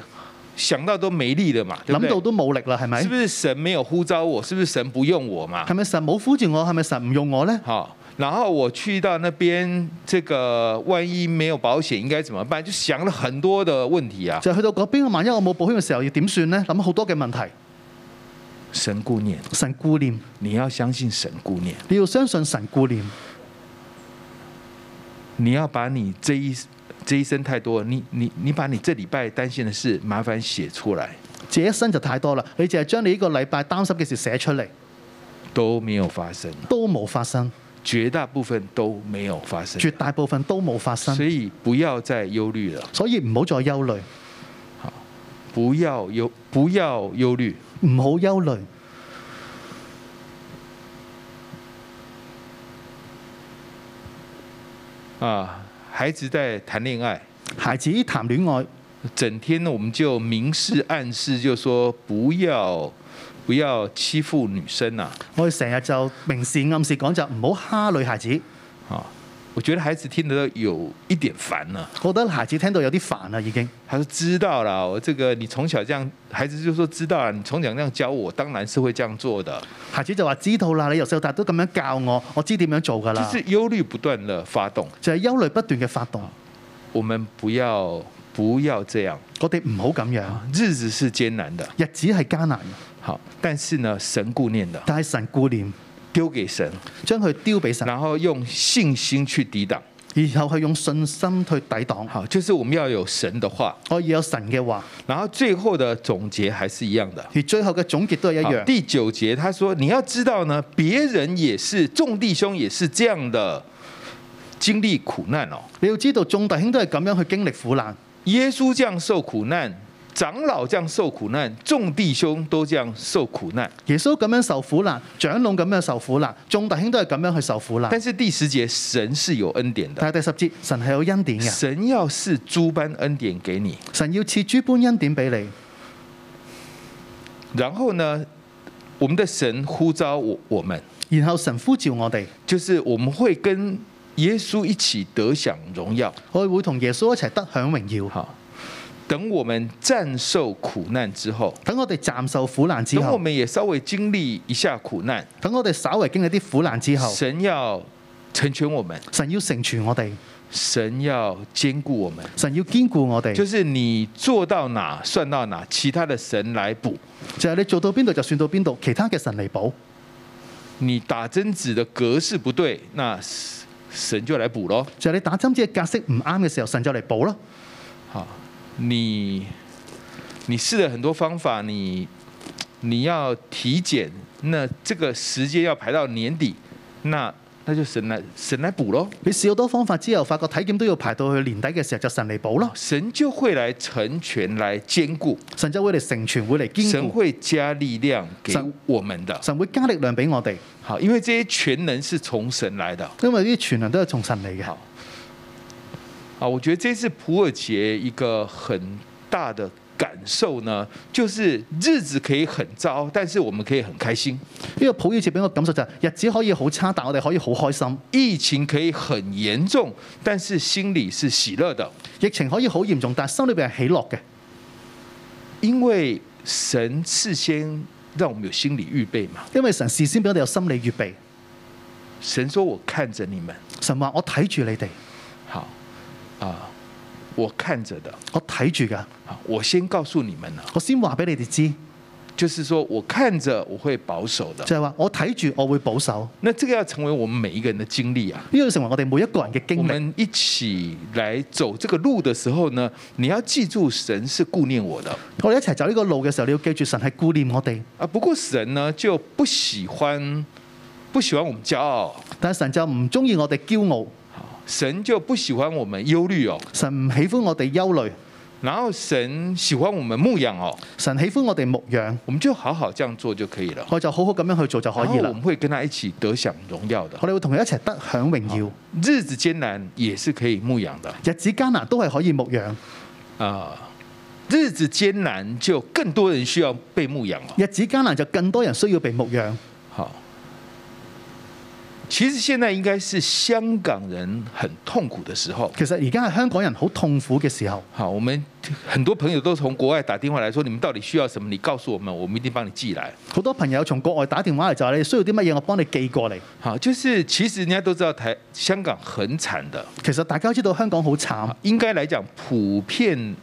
Speaker 2: 想到都沒力了嘛，對不
Speaker 3: 諗
Speaker 2: 對
Speaker 3: 到都冇力啦，係咪
Speaker 2: 是？不是神沒有呼召我？是不是神不用我嘛
Speaker 3: 係？咪神冇呼召我？係咪神唔用我呢？
Speaker 2: 好，然後我去到那邊，這個萬一沒有保險應該怎麼辦？就想了很多的問題啊。
Speaker 3: 就去到嗰邊，萬一我冇保險嘅時候要點算呢？諗好多嘅問題。
Speaker 2: 神顧念，
Speaker 3: 神顧念，
Speaker 2: 你要相信神顧念，
Speaker 3: 你要相信神顧念，
Speaker 2: 你要把你這一這一生太多了，你你你把你這禮拜擔心的事麻煩寫出來，
Speaker 3: 這一生就太多啦。你淨係將你呢個禮拜擔心嘅事寫出嚟，
Speaker 2: 都沒有發生，
Speaker 3: 都冇發生，
Speaker 2: 絕大部分都沒有發生，
Speaker 3: 絕大部分都冇發生
Speaker 2: 所，以不要再憂慮了，
Speaker 3: 所以唔好再憂慮，
Speaker 2: 不要憂，不要憂慮。
Speaker 3: 唔好憂慮。
Speaker 2: 啊，孩子在談戀愛，
Speaker 3: 孩子談戀愛，
Speaker 2: 整天呢我們就明示暗示，就說不要不要欺負女生啊。
Speaker 3: 我哋成日就明示暗示講就唔好蝦女孩子。
Speaker 2: 啊，我覺得孩子聽得有一點煩了、
Speaker 3: 我覺得孩子聽到有啲煩啦，已經。
Speaker 2: 他說知道了，我這個你從小這樣，孩子就說知道了，你從小這樣教我，當然是會這樣做的。
Speaker 3: 孩子就話知道啦，你由細到大都咁樣教我，我知點樣做㗎
Speaker 2: 就
Speaker 3: 啦。
Speaker 2: 是憂慮不斷的發動，
Speaker 3: 就係憂慮不斷嘅發動，
Speaker 2: 我們不要不要這樣，
Speaker 3: 我哋唔好咁樣。
Speaker 2: 日子是艱難的，
Speaker 3: 日子係艱難嘅，
Speaker 2: 好，但是呢，神顧念的，
Speaker 3: 但係神顧念，
Speaker 2: 丟給神，
Speaker 3: 將佢丟俾神，
Speaker 2: 然後用信心去抵擋。
Speaker 3: 然後係用信心去抵擋。
Speaker 2: 好，就是我们要有神的話，
Speaker 3: 我要有神嘅話，
Speaker 2: 然後最後的總結還是一樣的。
Speaker 3: 而最後嘅總結都係一
Speaker 2: 好
Speaker 3: 樣。
Speaker 2: 第九節他說：“你要知道呢，別人也是众弟兄也是這樣的經歷苦難哦。
Speaker 3: 你要知道，眾弟兄都係咁樣去經歷苦難，
Speaker 2: 耶穌這樣受苦難，長老這樣受苦難，众弟兄都這樣受苦難。
Speaker 3: 耶穌咁樣受苦難，長老咁樣受苦難，眾弟兄都係咁樣去受苦難
Speaker 2: 但。是第十節，神是有恩典的，
Speaker 3: 啊但係第十節，神係有恩典嘅，
Speaker 2: 神要是諸般恩典給你，
Speaker 3: 神要賜諸般恩典俾你。
Speaker 2: 然後呢，我們的神呼召我我們，
Speaker 3: 然後神呼召我哋，
Speaker 2: 就是我們會跟耶穌一起得享榮耀。
Speaker 3: 我哋會同耶穌一齊得享榮耀。
Speaker 2: 好，等我們暫受苦難之後。”
Speaker 3: 等我哋暫受苦難之
Speaker 2: 等我
Speaker 3: 後，
Speaker 2: 們也稍微經歷一下苦難，
Speaker 3: 等我哋稍為經歷啲苦難之後，
Speaker 2: 神要成全我們，
Speaker 3: 神要成全我哋，
Speaker 2: 神要兼顧我們。
Speaker 3: 神要堅固我哋。
Speaker 2: 就
Speaker 3: 就是
Speaker 2: 你做到哪算到哪，其他的神來補。
Speaker 3: 係你做到邊度就算到邊度，其他嘅神嚟補。
Speaker 2: 你打針子的格式不對，那神就來補咯。
Speaker 3: 就係你打針子嘅格式唔啱嘅時候，神就嚟補咯。
Speaker 2: 好，你你試了很多方法，你你要體檢，那這個時間要排到年底，那那就神來神來補咯。
Speaker 3: 你試好多方法之後，發覺體檢都要排到去年底嘅時候，就神嚟補咯。
Speaker 2: 神就會來成全，來兼顧。
Speaker 3: 神就會嚟成全，會嚟堅
Speaker 2: 神
Speaker 3: 固，
Speaker 2: 会加力量给
Speaker 3: 神
Speaker 2: 我们的。
Speaker 3: 神會加力量俾我哋，
Speaker 2: 好，因为这些全能是从神来的。
Speaker 3: 因為呢啲全能都係從神嚟嘅。
Speaker 2: 好，啊，我觉得这次普洱节一个很大的感受呢，就是日子可以很糟，但是我们可以很开心；
Speaker 3: 呢個普爾節俾我感受就係日子可以好差，但我哋可以好開心；
Speaker 2: 疫情可以很严重，但是心里是喜乐的，
Speaker 3: 疫情可以好嚴重，但心裏邊係喜樂嘅，
Speaker 2: 因为神事先让我们有心理预备嘛。
Speaker 3: 因為神事先俾我哋有心理預備。
Speaker 2: 神说：“我看着你们，
Speaker 3: 神話我睇住你哋，
Speaker 2: 好啊，我看着的，
Speaker 3: 我睇住㗎，
Speaker 2: 好，啊我先告诉你们了。”啊
Speaker 3: 我先話俾你哋知，
Speaker 2: 就是说我看着我會保守的。
Speaker 3: 就係話我睇住我會保守。
Speaker 2: 那這個要成為我們每一個人的經歷啊。
Speaker 3: 呢個要成為我哋每一個人嘅
Speaker 2: 我
Speaker 3: 經歷。
Speaker 2: 們一起來走這個路的時候呢，你要記住神是顧念我的
Speaker 3: 我哋一齊走呢個路嘅時候，你要記住神係顧念我哋，
Speaker 2: 啊。不過神呢就不喜歡不喜歡我們驕傲，
Speaker 3: 但係神就唔中意我哋驕傲，
Speaker 2: 神就不喜歡我們憂慮哦，
Speaker 3: 神唔喜歡我哋憂慮，
Speaker 2: 然後神喜歡我們牧養哦，
Speaker 3: 神喜歡我哋牧養，
Speaker 2: 我們就好好這樣做就可以了。
Speaker 3: 我就好好咁樣去做就可
Speaker 2: 然後
Speaker 3: 以
Speaker 2: 我
Speaker 3: 啦
Speaker 2: 們。會跟他一起得享榮耀的
Speaker 3: 我，哋會同佢一齊得享榮耀，
Speaker 2: 日子艱難也是可以牧養的。
Speaker 3: 日子艱難都係可以牧養，
Speaker 2: 啊、日子艱難，就更多人需要被牧養了。
Speaker 3: 日子艱難就更多人需要被牧養。
Speaker 2: 好，其實現在應該是香港人很痛苦的時候。
Speaker 3: 其實而家係香港人好痛苦嘅時候，
Speaker 2: 好，我們很多朋友都從國外打電話來說，你們到底需要什麼？你告訴我們，我們一定幫你寄來。
Speaker 3: 好多朋友從國外打電話嚟就話你需要啲乜嘢，我幫你寄過嚟。
Speaker 2: 好，就是其實人家都知道台香港很慘的，
Speaker 3: 其實大家都知道香港好慘
Speaker 2: 好，應該來講普遍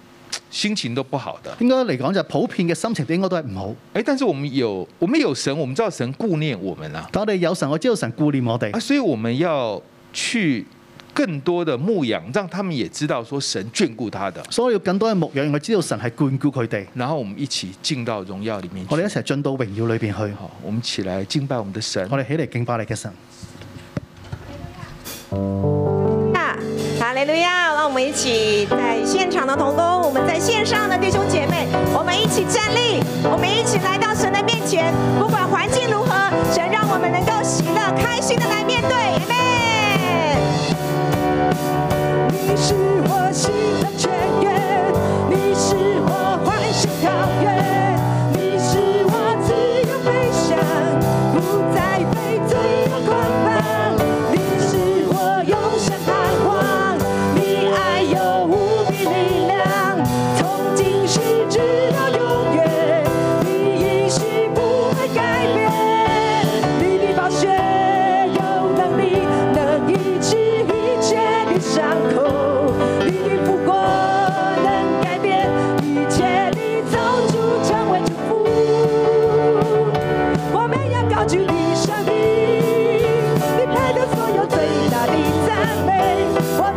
Speaker 2: 心情都不好的。
Speaker 3: 應該嚟講就普遍嘅心情都應該都係唔好。
Speaker 2: 哎，但是我們有我們有神，我們知道神顧念我啊們啦、
Speaker 3: 但我哋有神，我知道神顧念我哋
Speaker 2: 啊，，所以我们要去更多的牧养，让他们也知道说神眷顾他的，
Speaker 3: 所以我要更多嘅牧養，我知道神係眷顧佢哋。
Speaker 2: 然后我们一起进到荣耀里面去
Speaker 3: 我哋一。齊進到榮耀裏邊去。
Speaker 2: 好，我们起来敬拜我们的神
Speaker 3: 我。哋起嚟敬拜你嘅神。
Speaker 4: 那哈利路亚！让我们一起在现场的同工，我们在线上的弟兄姐妹，我们一起站立，我们一起来到神的面前。不管环境如何，神让我们能够喜乐、开心的来面对。Amen。
Speaker 5: 你是我心的泉源，你是我欢喜跳跃，你是我自由飞翔，不再被罪恶捆绑。你是我永生盼望，你爱有无比力量，从今时直到永远，你一世不会改变。你的宝血有能力，能医治一切的伤口。你的复活能改变一切的走出，成为祝福。我们要高举你生命，你配得所有最大的赞美。我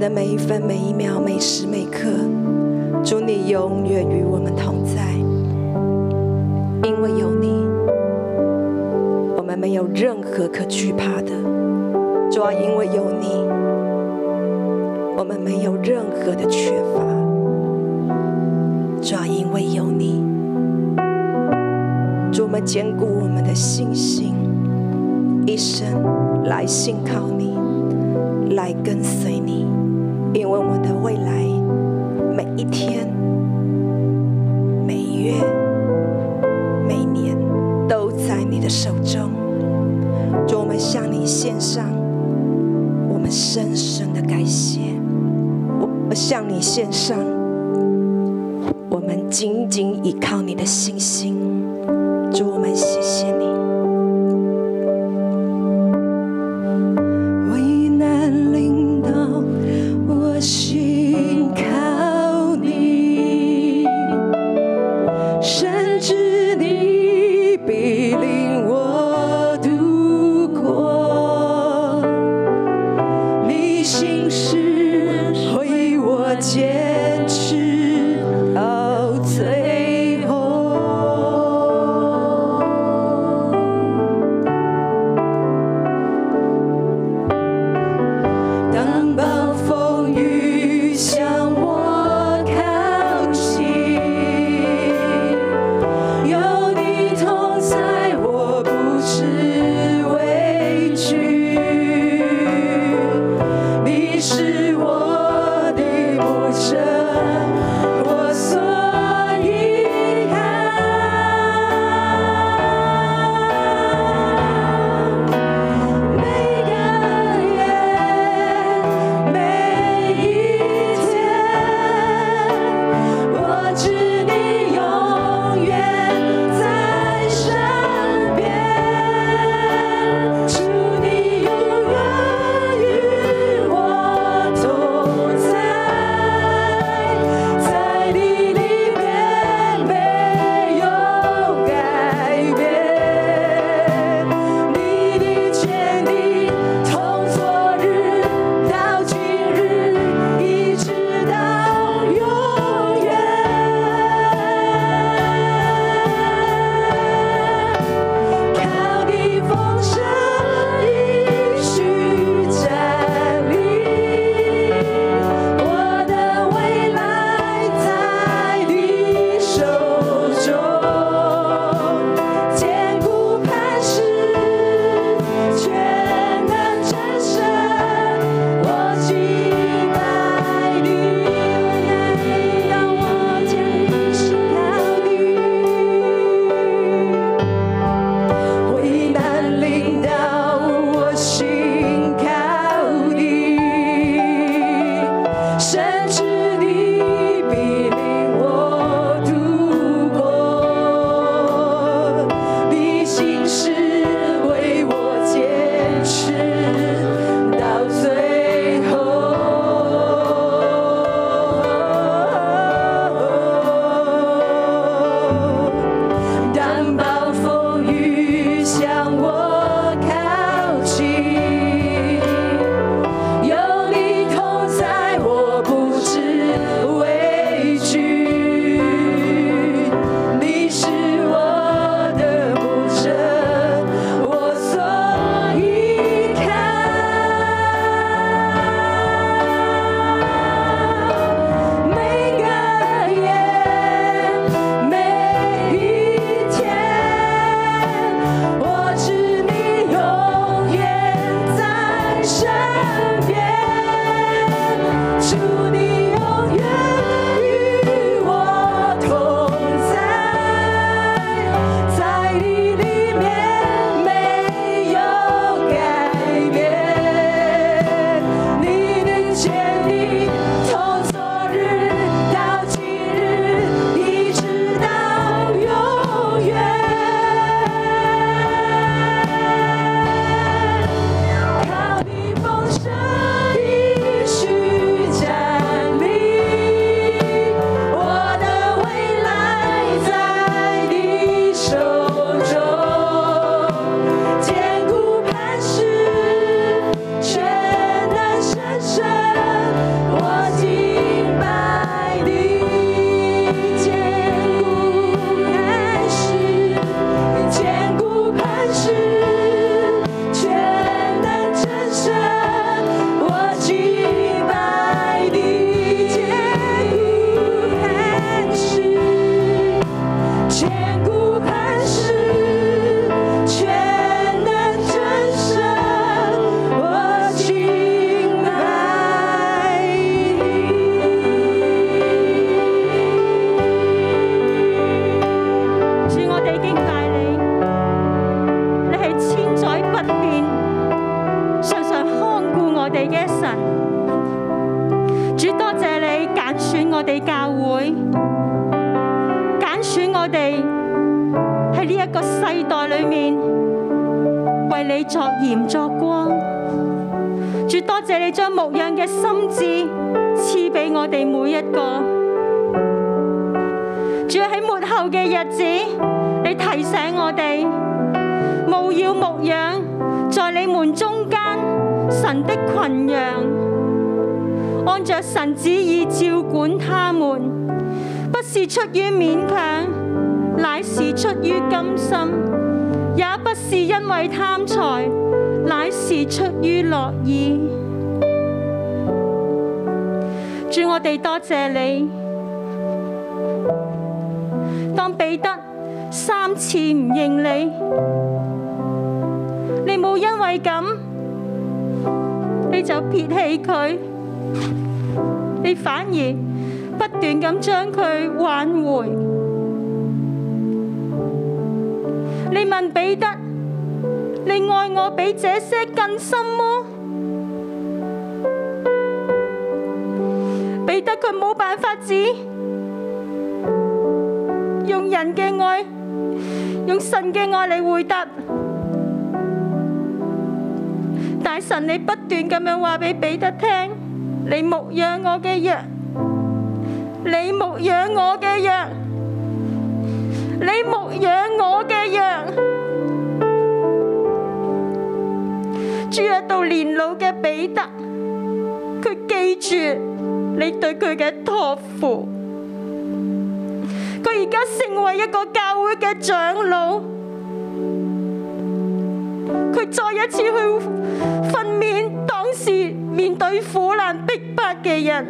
Speaker 5: 的每一分、每一秒、每时每刻。主，你永远与我们同在，因为有你，我们没有任何可惧怕的。主要因为有你，我们没有任何的缺乏。主要啊因为有你，主我们坚固我们的信心，一生来信靠你。来跟随你，因为我们的未来每一天、每月、每年都在你的手中。主，我们向你献上我们深深的感谢，我向你献上我们紧紧依靠你的信心。主，我们谢谢你。危难领导，我信靠你，深知你必领我度过，你心事为我坚持到最后。当暴风雨向我靠近，有你同在，我不知畏惧。你是我的牧者，我所依靠。每个月，每一天，我知你永远在身边，祝你永远与我同
Speaker 6: 謝神，主多謝你揀選我哋教會，揀選我哋喺呢一個世代裏面為你作鹽作光。主多謝你將牧養嘅心志賜俾我哋每一個。主喺末後嘅日子，你提醒我哋務要牧養在你們中間神的群羊，按着神旨意照管他們，不是出於勉強，乃是出於甘心；也不是因為貪財，乃是出於樂意。主，我哋多謝你。當彼得三次唔認你，你冇因為咁你就撇棄佢，你反而不斷咁將佢挽回。你問彼得：你愛我比這些更深麼？彼得佢冇辦法子。用人嘅愛，用神嘅愛嚟回答。但神你不斷咁樣話俾彼得聽，你牧養我嘅羊，你牧養我嘅羊，你牧養我嘅羊。主啊，到年老嘅彼得，佢記住你對佢嘅託付。佢而家成為一個教會嘅長老，佢再一次去訓勉當時面對苦難逼迫嘅人，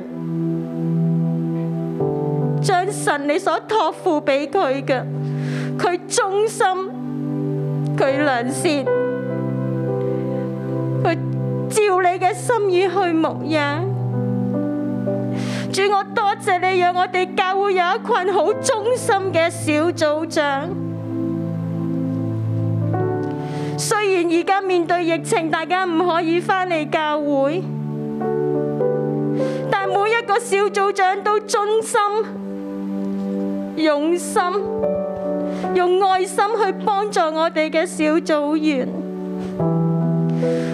Speaker 6: 將神你所託付俾佢嘅，佢忠心，佢良善，佢照你嘅心意去牧養。主，我多謝你讓我哋教會有一群好忠心嘅小組長。雖然而家面對疫情，大家唔可以翻嚟教會，但每一個小組長都忠心、用心、用愛心去幫助我哋嘅小組員。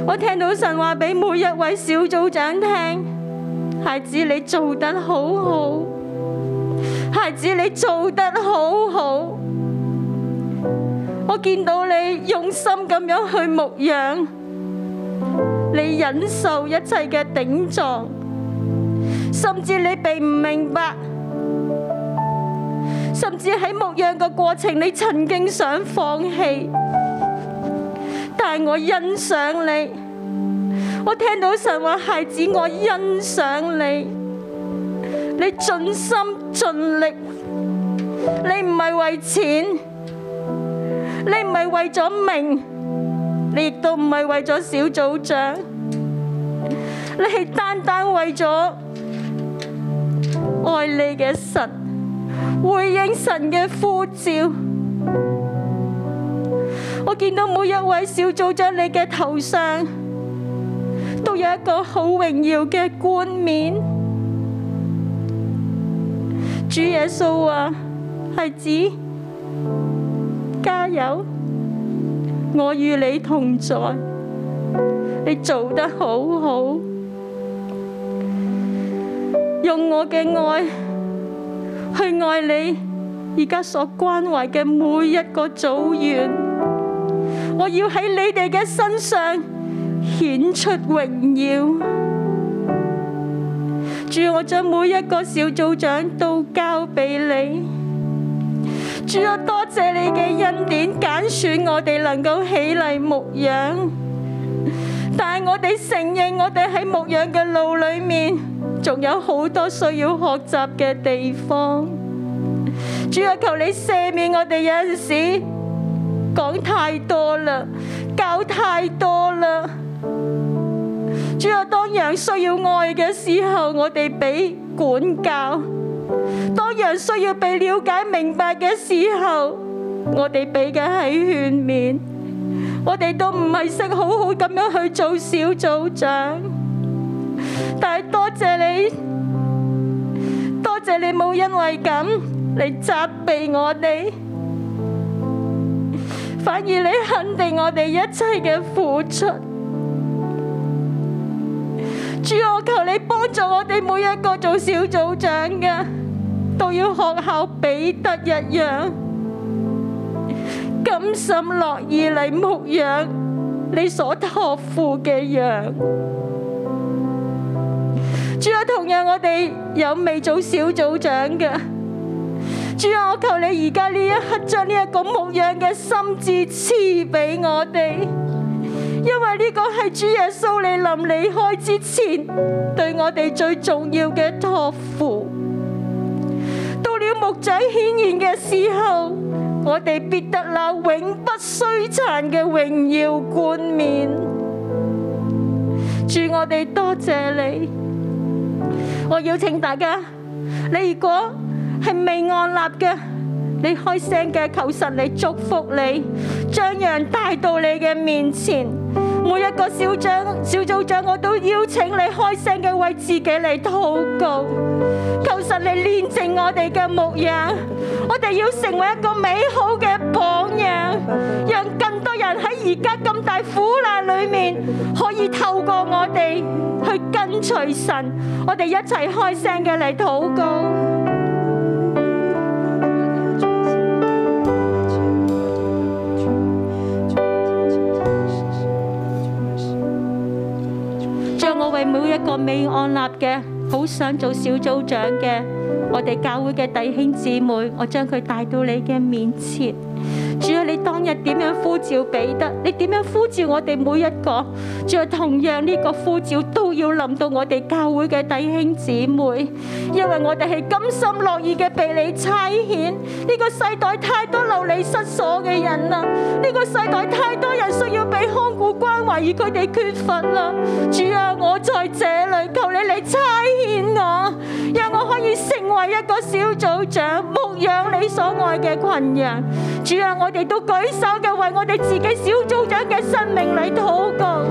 Speaker 6: 我聽到神話俾每一位小組長聽。孩子，你做得好好，孩子，你做得好好。我見到你用心咁樣去牧養，你忍受一切嘅頂撞，甚至你並唔明白，甚至喺牧養嘅過程，你曾經想放棄，但係我欣賞你。我聽到神話，孩子，我欣賞你，你盡心盡力，你唔係為錢，你唔係為咗名，你亦都唔係為咗小組長，你係單單為咗愛你嘅神，回應神嘅呼召。我見到每一位小組長，你嘅頭上，都有一個好榮耀嘅冠冕。主耶穌啊，孩子，加油！我與你同在，你做得好好。用我嘅愛去愛你而家所關懷嘅每一個組員，我要喺你哋嘅身上。顯出榮耀。主，我將每一個小組長都交俾你。主，我多謝你嘅恩典揀選我哋能夠起嚟牧養，但係我哋承認我哋喺牧養嘅路裏面，仲有好多需要學習嘅地方。主啊，求你赦免我哋有陣時講太多啦，教太多啦。主啊，當羊需要愛嘅時候，我哋俾管教；當羊需要被了解明白嘅時候，我哋俾嘅係勸勉。我哋都唔係識好好咁樣去做小組長。謝你冇因為咁嚟責備我哋，反而你肯定我哋一切嘅付出。主，我求你幫助我哋每一個做小組長嘅，都要學效彼得一樣，甘心樂意嚟牧養你所托付嘅羊。主啊，同樣我哋有未做小組長嘅，主啊，我求你而家呢一刻將呢一個牧養嘅心志賜俾我哋，因為呢個係主耶穌你臨離開之前對我哋最重要嘅託付。到了牧長顯現嘅時候，我哋必得那永不衰殘嘅榮耀冠冕。主，我哋多謝你。我邀請大家，你如果係未按立嘅，你開聲嘅求神嚟祝福你，將羊帶到你嘅面前。每一個小長小組長，我都邀請你開聲嘅為自己嚟禱告，求神嚟煉淨我哋嘅牧養。我哋要成為一個美好嘅榜樣，讓更多人喺而家咁大苦難裏面，可以透過我哋去跟隨神。我哋一齊開聲嘅嚟禱告。將我為每一個未按立嘅、好想做小組長嘅，我哋教會嘅弟兄姊妹，我將佢帶到你嘅面前。主啊，你當日點樣呼召彼得？你點樣呼召我哋每一個？主啊，同樣呢個呼召都要臨到我哋教會嘅弟兄姊妹，因為我哋係甘心樂意嘅被你差遣。呢個世代太多流離失所嘅人啦，呢個世代太多人需要被看顧關懷，而佢哋缺乏啦。主啊，我在這裏，求你嚟差遣我，讓我可以成為一個小組長，牧養你所愛嘅群羊。主啊，我哋都舉手嘅為我哋自己小組長嘅生命嚟禱告。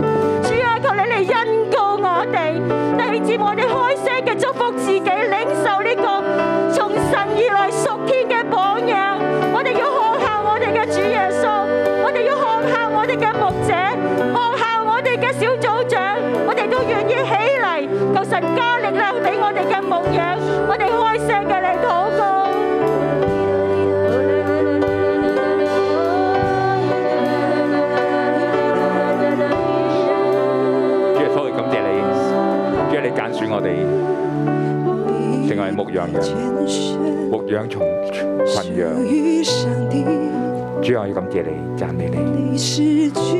Speaker 6: 主啊，求你嚟恩告我哋，弟兄姊妹，我哋開聲嘅祝福自己，領受呢個從神而來屬天嘅榜樣。我哋要學效我哋嘅主耶穌，我哋要學效我哋嘅牧者，學效我哋嘅小組長，我哋都願意起嚟，求神加力量俾我哋嘅牧養。我哋開聲嘅嚟禱告。
Speaker 7: 主耶穌，我哋感謝你，主啊耶穌，你揀選我哋成為牧羊人，牧養從群羊。主啊，我要感謝你，讚美你。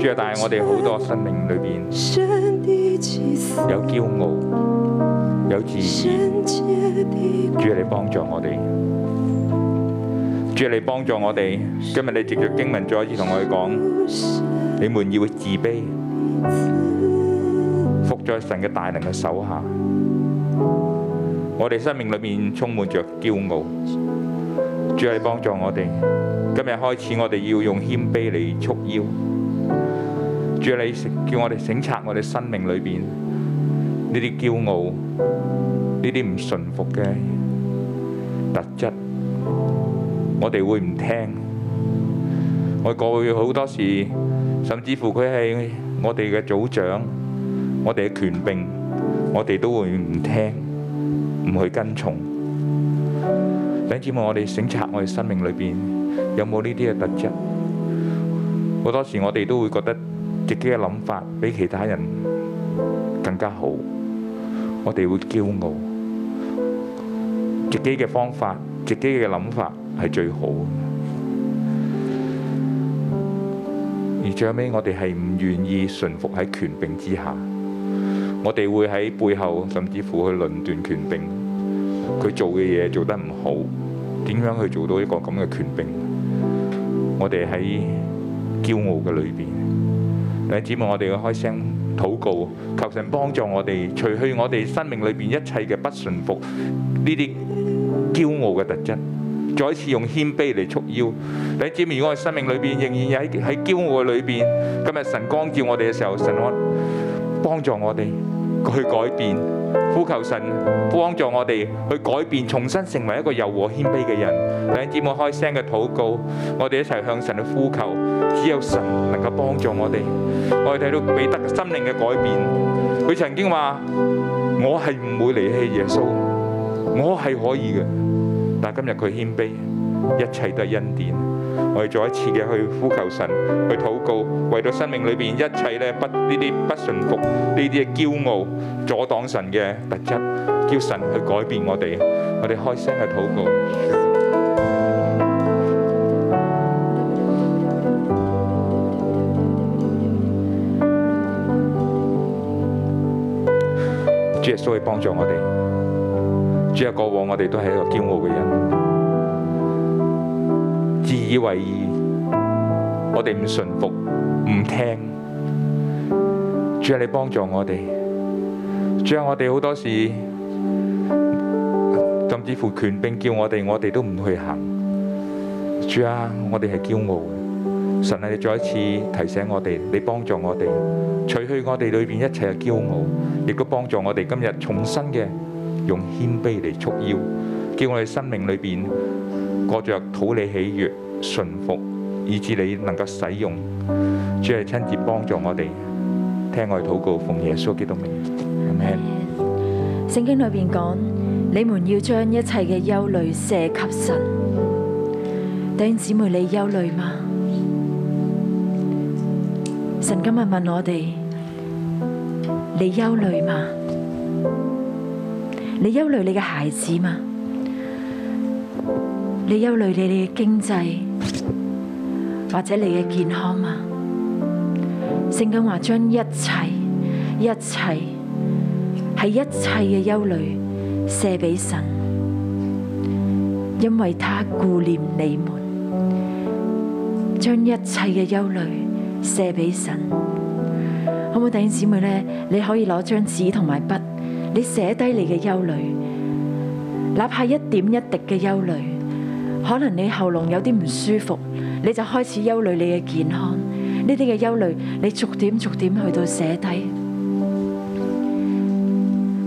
Speaker 7: 主啊，但係我哋好多生命裏邊有驕傲，有自義。主啊，你幫助我哋。主啊，你幫助我哋。今日你藉着經文再一次同我哋講，你們要自卑，伏在神嘅大能嘅手下。我哋生命裏面充滿着驕傲，主啊，你幫助我哋。今日開始，我哋要用謙卑嚟束腰。主啊，你叫我哋省察我哋生命裏邊呢啲驕傲、呢啲唔順服嘅特質，我哋會唔聽？我過去好多時，甚至乎佢係我哋嘅組長，我哋嘅權柄，我哋都會唔聽。唔去跟從。弟兄姊妹，我哋省察我哋生命裏邊有冇呢啲嘅特質？好多時我哋都會覺得自己嘅諗法比其他人更加好，我哋會驕傲，自己嘅方法、自己嘅諗法係最好嘅。而最後尾，我哋係唔願意順服喺權柄之下。我哋會喺背後甚至乎去論斷權柄，佢做嘅嘢做得唔好，點樣去做到一個咁嘅權柄？我哋喺驕傲嘅裏邊，弟兄姊妹，我哋要開聲禱告，求神幫助我哋，除去我哋生命裏邊一切嘅不順服呢啲驕傲嘅特質。再一次用謙卑嚟束腰。你知唔知？如果我哋生命裏邊仍然喺啊喺驕傲嘅裏邊，今日神光照我哋嘅時候，神安幫助我哋，去改變。呼求神幫助我哋去改變，重新成為一個柔和謙卑嘅人。弟兄姊妹開聲嘅禱告，我哋一齊向神去呼求，只有神能夠幫助我哋。我哋睇到彼得嘅心靈嘅改變，佢曾經話：我係唔會離棄耶穌，我係可以嘅。但今日佢謙卑，一切都係恩典。我哋再一次嘅去呼求神，去禱告，為到生命裏邊一切咧不呢啲不順服、呢啲嘅驕傲、阻擋神嘅特質，叫神去改變我哋。我哋開聲去禱告。主耶穌去幫助我哋。主啊，過往我哋都係一個驕傲嘅人，自以為義，我哋唔順服，唔聽。主啊，你幫助我哋。主啊，我哋好多時，甚至乎權柄叫我哋，我哋都唔去行。主啊，我哋係驕傲嘅。神啊，你再一次提醒我哋，你幫助我哋，除去我哋裏邊一切嘅驕傲，亦都幫助我哋今日重新嘅。用謙卑嚟束腰，叫我哋生命裏邊過着討你喜悦、順服，以致你能夠使用。主係親自幫助我哋，聽我哋禱告，奉耶穌基督名，阿門。
Speaker 8: 聖經裏邊講，你們要將一切嘅憂慮卸給神。弟兄姊妹，你憂慮嗎？神今日問我哋：你憂慮嗎？你憂慮你嘅孩子嗎？你憂慮你哋嘅經濟或者你嘅健康嗎？聖經話將一切、一切係一切嘅憂慮卸俾神，因為他顧念你們。將一切嘅憂慮卸俾神，好唔好？弟兄姊妹呢，你可以攞張紙同埋筆。你寫低你嘅憂慮，哪怕一點一滴嘅憂慮，可能你喉嚨有啲唔舒服，你就開始憂慮你嘅健康。呢啲嘅憂慮，你逐點逐點去到寫低，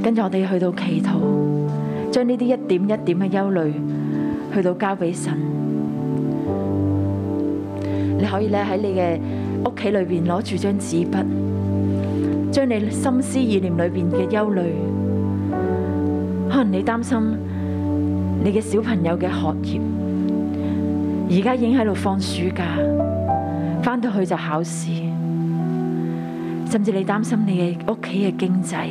Speaker 8: 跟住我哋去到祈禱，將呢啲一點一點嘅憂慮去到交俾神。你可以咧喺你嘅屋企裏邊攞住張紙筆。將你心思意念裏邊嘅憂慮，可能你擔心你嘅小朋友嘅學業，而家已經喺度放暑假，翻到去就考試，甚至你擔心你嘅屋企嘅經濟，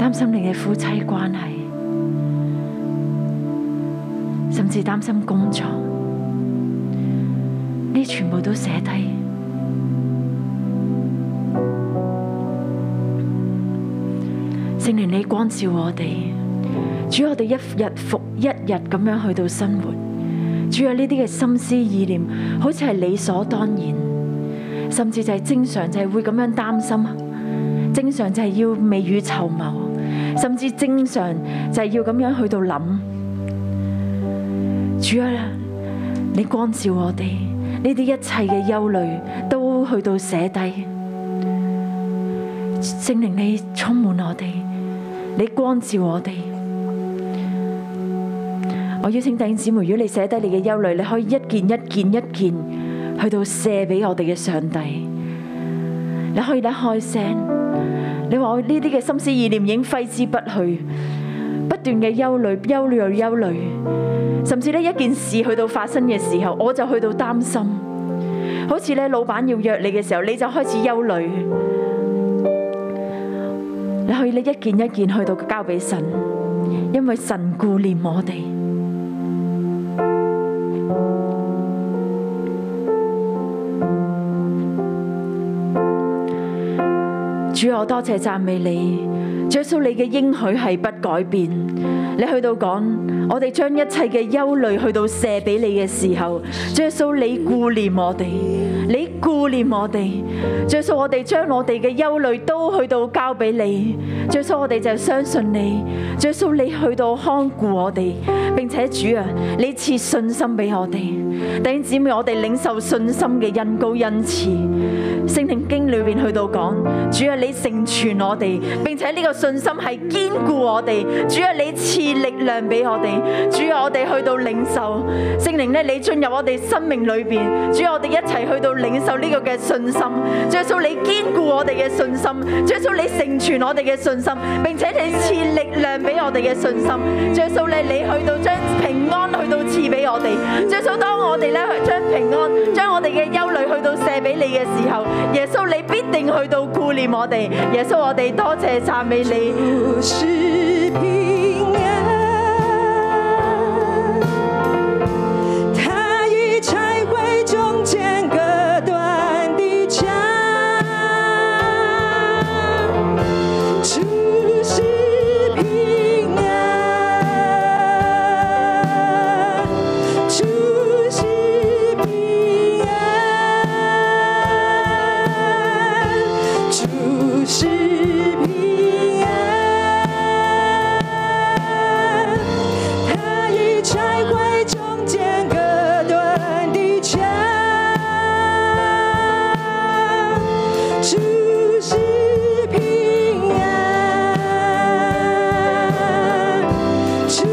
Speaker 8: 擔心你嘅夫妻關係，甚至擔心工作，呢全部都寫低。聖靈，你光照我哋，主我哋一日復一日咁樣去到生活，主有呢啲嘅心思意念，好似係理所當然，甚至就係正常就係會咁樣擔心，正常就係要未雨綢繆，甚至正常就係要咁樣去到諗。主啊，你光照我哋，呢啲一切嘅憂慮都去到寫低。聖靈你充滿我哋，你光照我哋。我邀請弟兄姊妹，如果你寫低你嘅憂慮，你可以一件一件一件去到卸俾我哋嘅上帝。你可以咧開聲，你話我呢啲嘅心思意念已經揮之不去，不斷嘅憂慮、憂慮、憂慮，甚至呢一件事去到發生嘅時候，我就去到擔心，好似咧老闆要約你嘅時候，你就開始憂慮。你可以呢一件一件去到交俾神，因為神顧念我哋。主啊，我多謝讚美你。主耶穌，你嘅應許係不改變。你去到講，我哋將一切嘅憂慮去到卸俾你嘅時候，主耶穌，你顧念我哋，你顧念我哋。主耶穌，我哋將我哋嘅憂慮都去到交俾你。主耶穌，我哋就相信你。主耶穌，你去到看顧我哋，並且主啊，你賜信心俾我哋。弟兄姊妹，我哋領受信心嘅恩膏恩賜。聖靈經裏面去到講，主啊，你成全我哋，並且呢個信心係堅固我哋。主啊，你賜力量俾我哋。主啊，我哋去到領受聖靈咧，你進入我哋生命裏邊。主啊，我哋一齊去到領受呢個嘅信心。主耶穌，你堅固我哋嘅信心。主耶穌，你成全我哋嘅信心，並且你賜力量俾我哋嘅信心。主耶穌咧，你去到將平安去到賜俾我哋。主耶穌，當我哋咧去將平安、將我哋嘅憂慮去到卸俾你嘅時候，耶穌你必定去到顧念我哋。耶穌，我哋多謝讚美你。
Speaker 5: 不是平安，他以拆毁中间隔断的墙，不是平安，不是平安，不是平安，他已拆毁中间隔断的墙，主是平安，主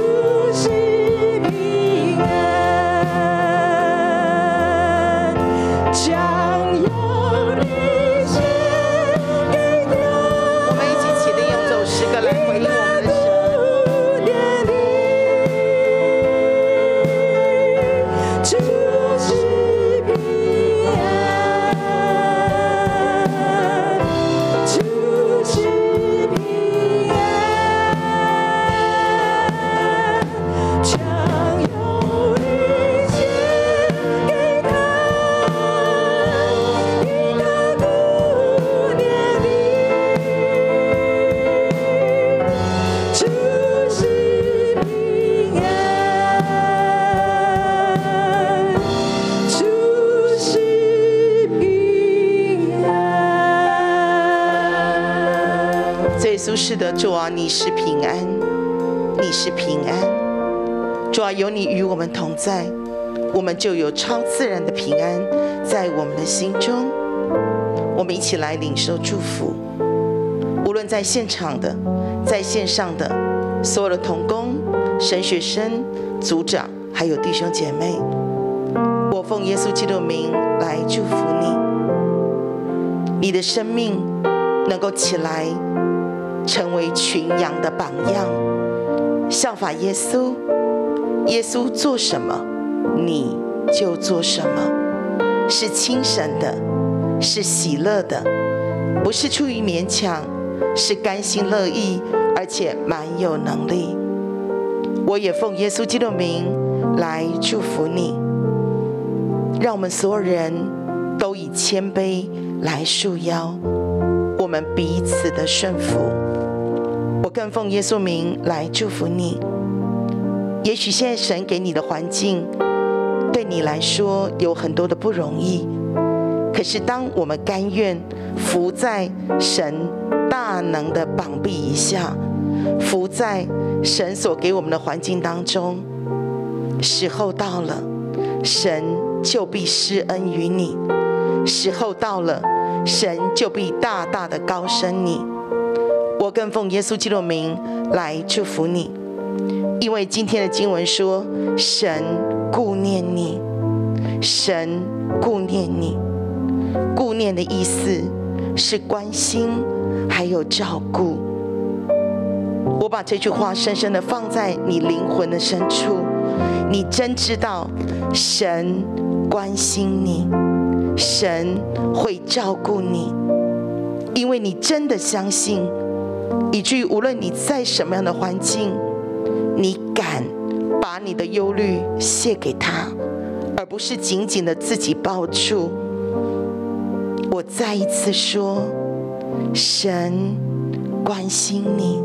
Speaker 5: 是平安，将有你献给他。
Speaker 9: 我们一起起立，用这首诗歌来回应我们的神。
Speaker 5: 不点你，只是平安，只是平安，将有你献给他，因他顾念你。主是平安，主是平安。
Speaker 9: 这耶稣是的，主啊，你是平安，你是平安。主啊，有你与我们同在，我们就有超自然的平安在我们的心中。我们一起来领受祝福。无论在现场的，在线上的，所有的童工、神学生、组长，还有弟兄姐妹，我奉耶稣基督的名来祝福你，你的生命能够起来，成为群羊的榜样，效法耶稣。耶稣做什么，你就做什么，是清神的，是喜乐的，不是出于勉强，是甘心乐意，而且蛮有能力。我也奉耶稣基督的名来祝福你，让我们所有人都以谦卑来束腰，我们彼此的顺服。我更奉耶稣名来祝福你。也许现在神给你的环境，对你来说有很多的不容易。可是，当我们甘愿伏在神大能的膀臂以下，伏在神所给我们的环境当中，时候到了，神就必施恩于你；时候到了，神就必大大的高升你。我更奉耶稣基督的名来祝福你，因为今天的经文说：“神顾念你，神顾念你。”顾念的意思是关心，还有照顾。我把这句话深深的放在你灵魂的深处，你真知道神关心你，神会照顾你，因为你真的相信，以至于无论你在什么样的环境，你敢把你的忧虑卸给他，而不是紧紧的自己抱住。我再一次说，
Speaker 6: 神关心你，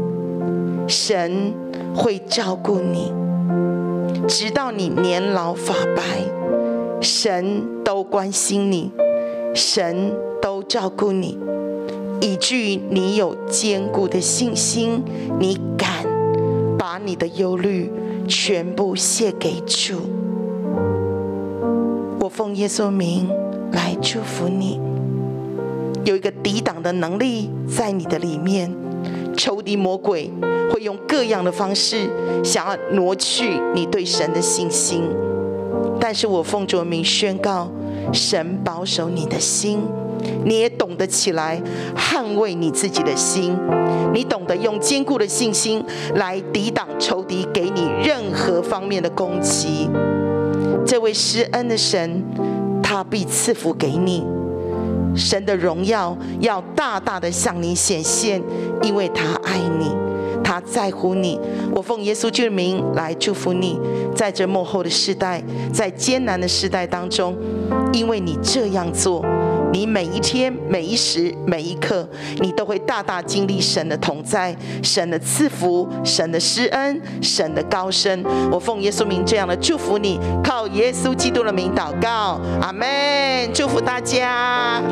Speaker 6: 神会照顾你，直到你年老发白，神都关心你，神都照顾你。以至于你有坚固的信心，你敢把你的忧虑全部卸给主。我奉耶稣名来祝福你，有一个抵挡的能力在你的里面。仇敌魔鬼会用各样的方式想要挪去你对神的信心，但是我奉主名宣告，神保守你的心，你也懂得起来捍卫你自己的心，你懂得用坚固的信心来抵挡仇敌给你任何方面的攻击。这位施恩的神，他必赐福给你。神的荣耀要大大的向你显现，因为他爱你，他在乎你。我奉耶稣之名来祝福你，在这幕后的世代，在艰难的世代当中，因为你这样做，你每一天、每一时、每一刻，你都会大大经历神的同在、神的赐福、神的施恩、神的高升。我奉耶稣名这样的祝福你，靠耶稣基督的名祷告，阿门！祝福大家。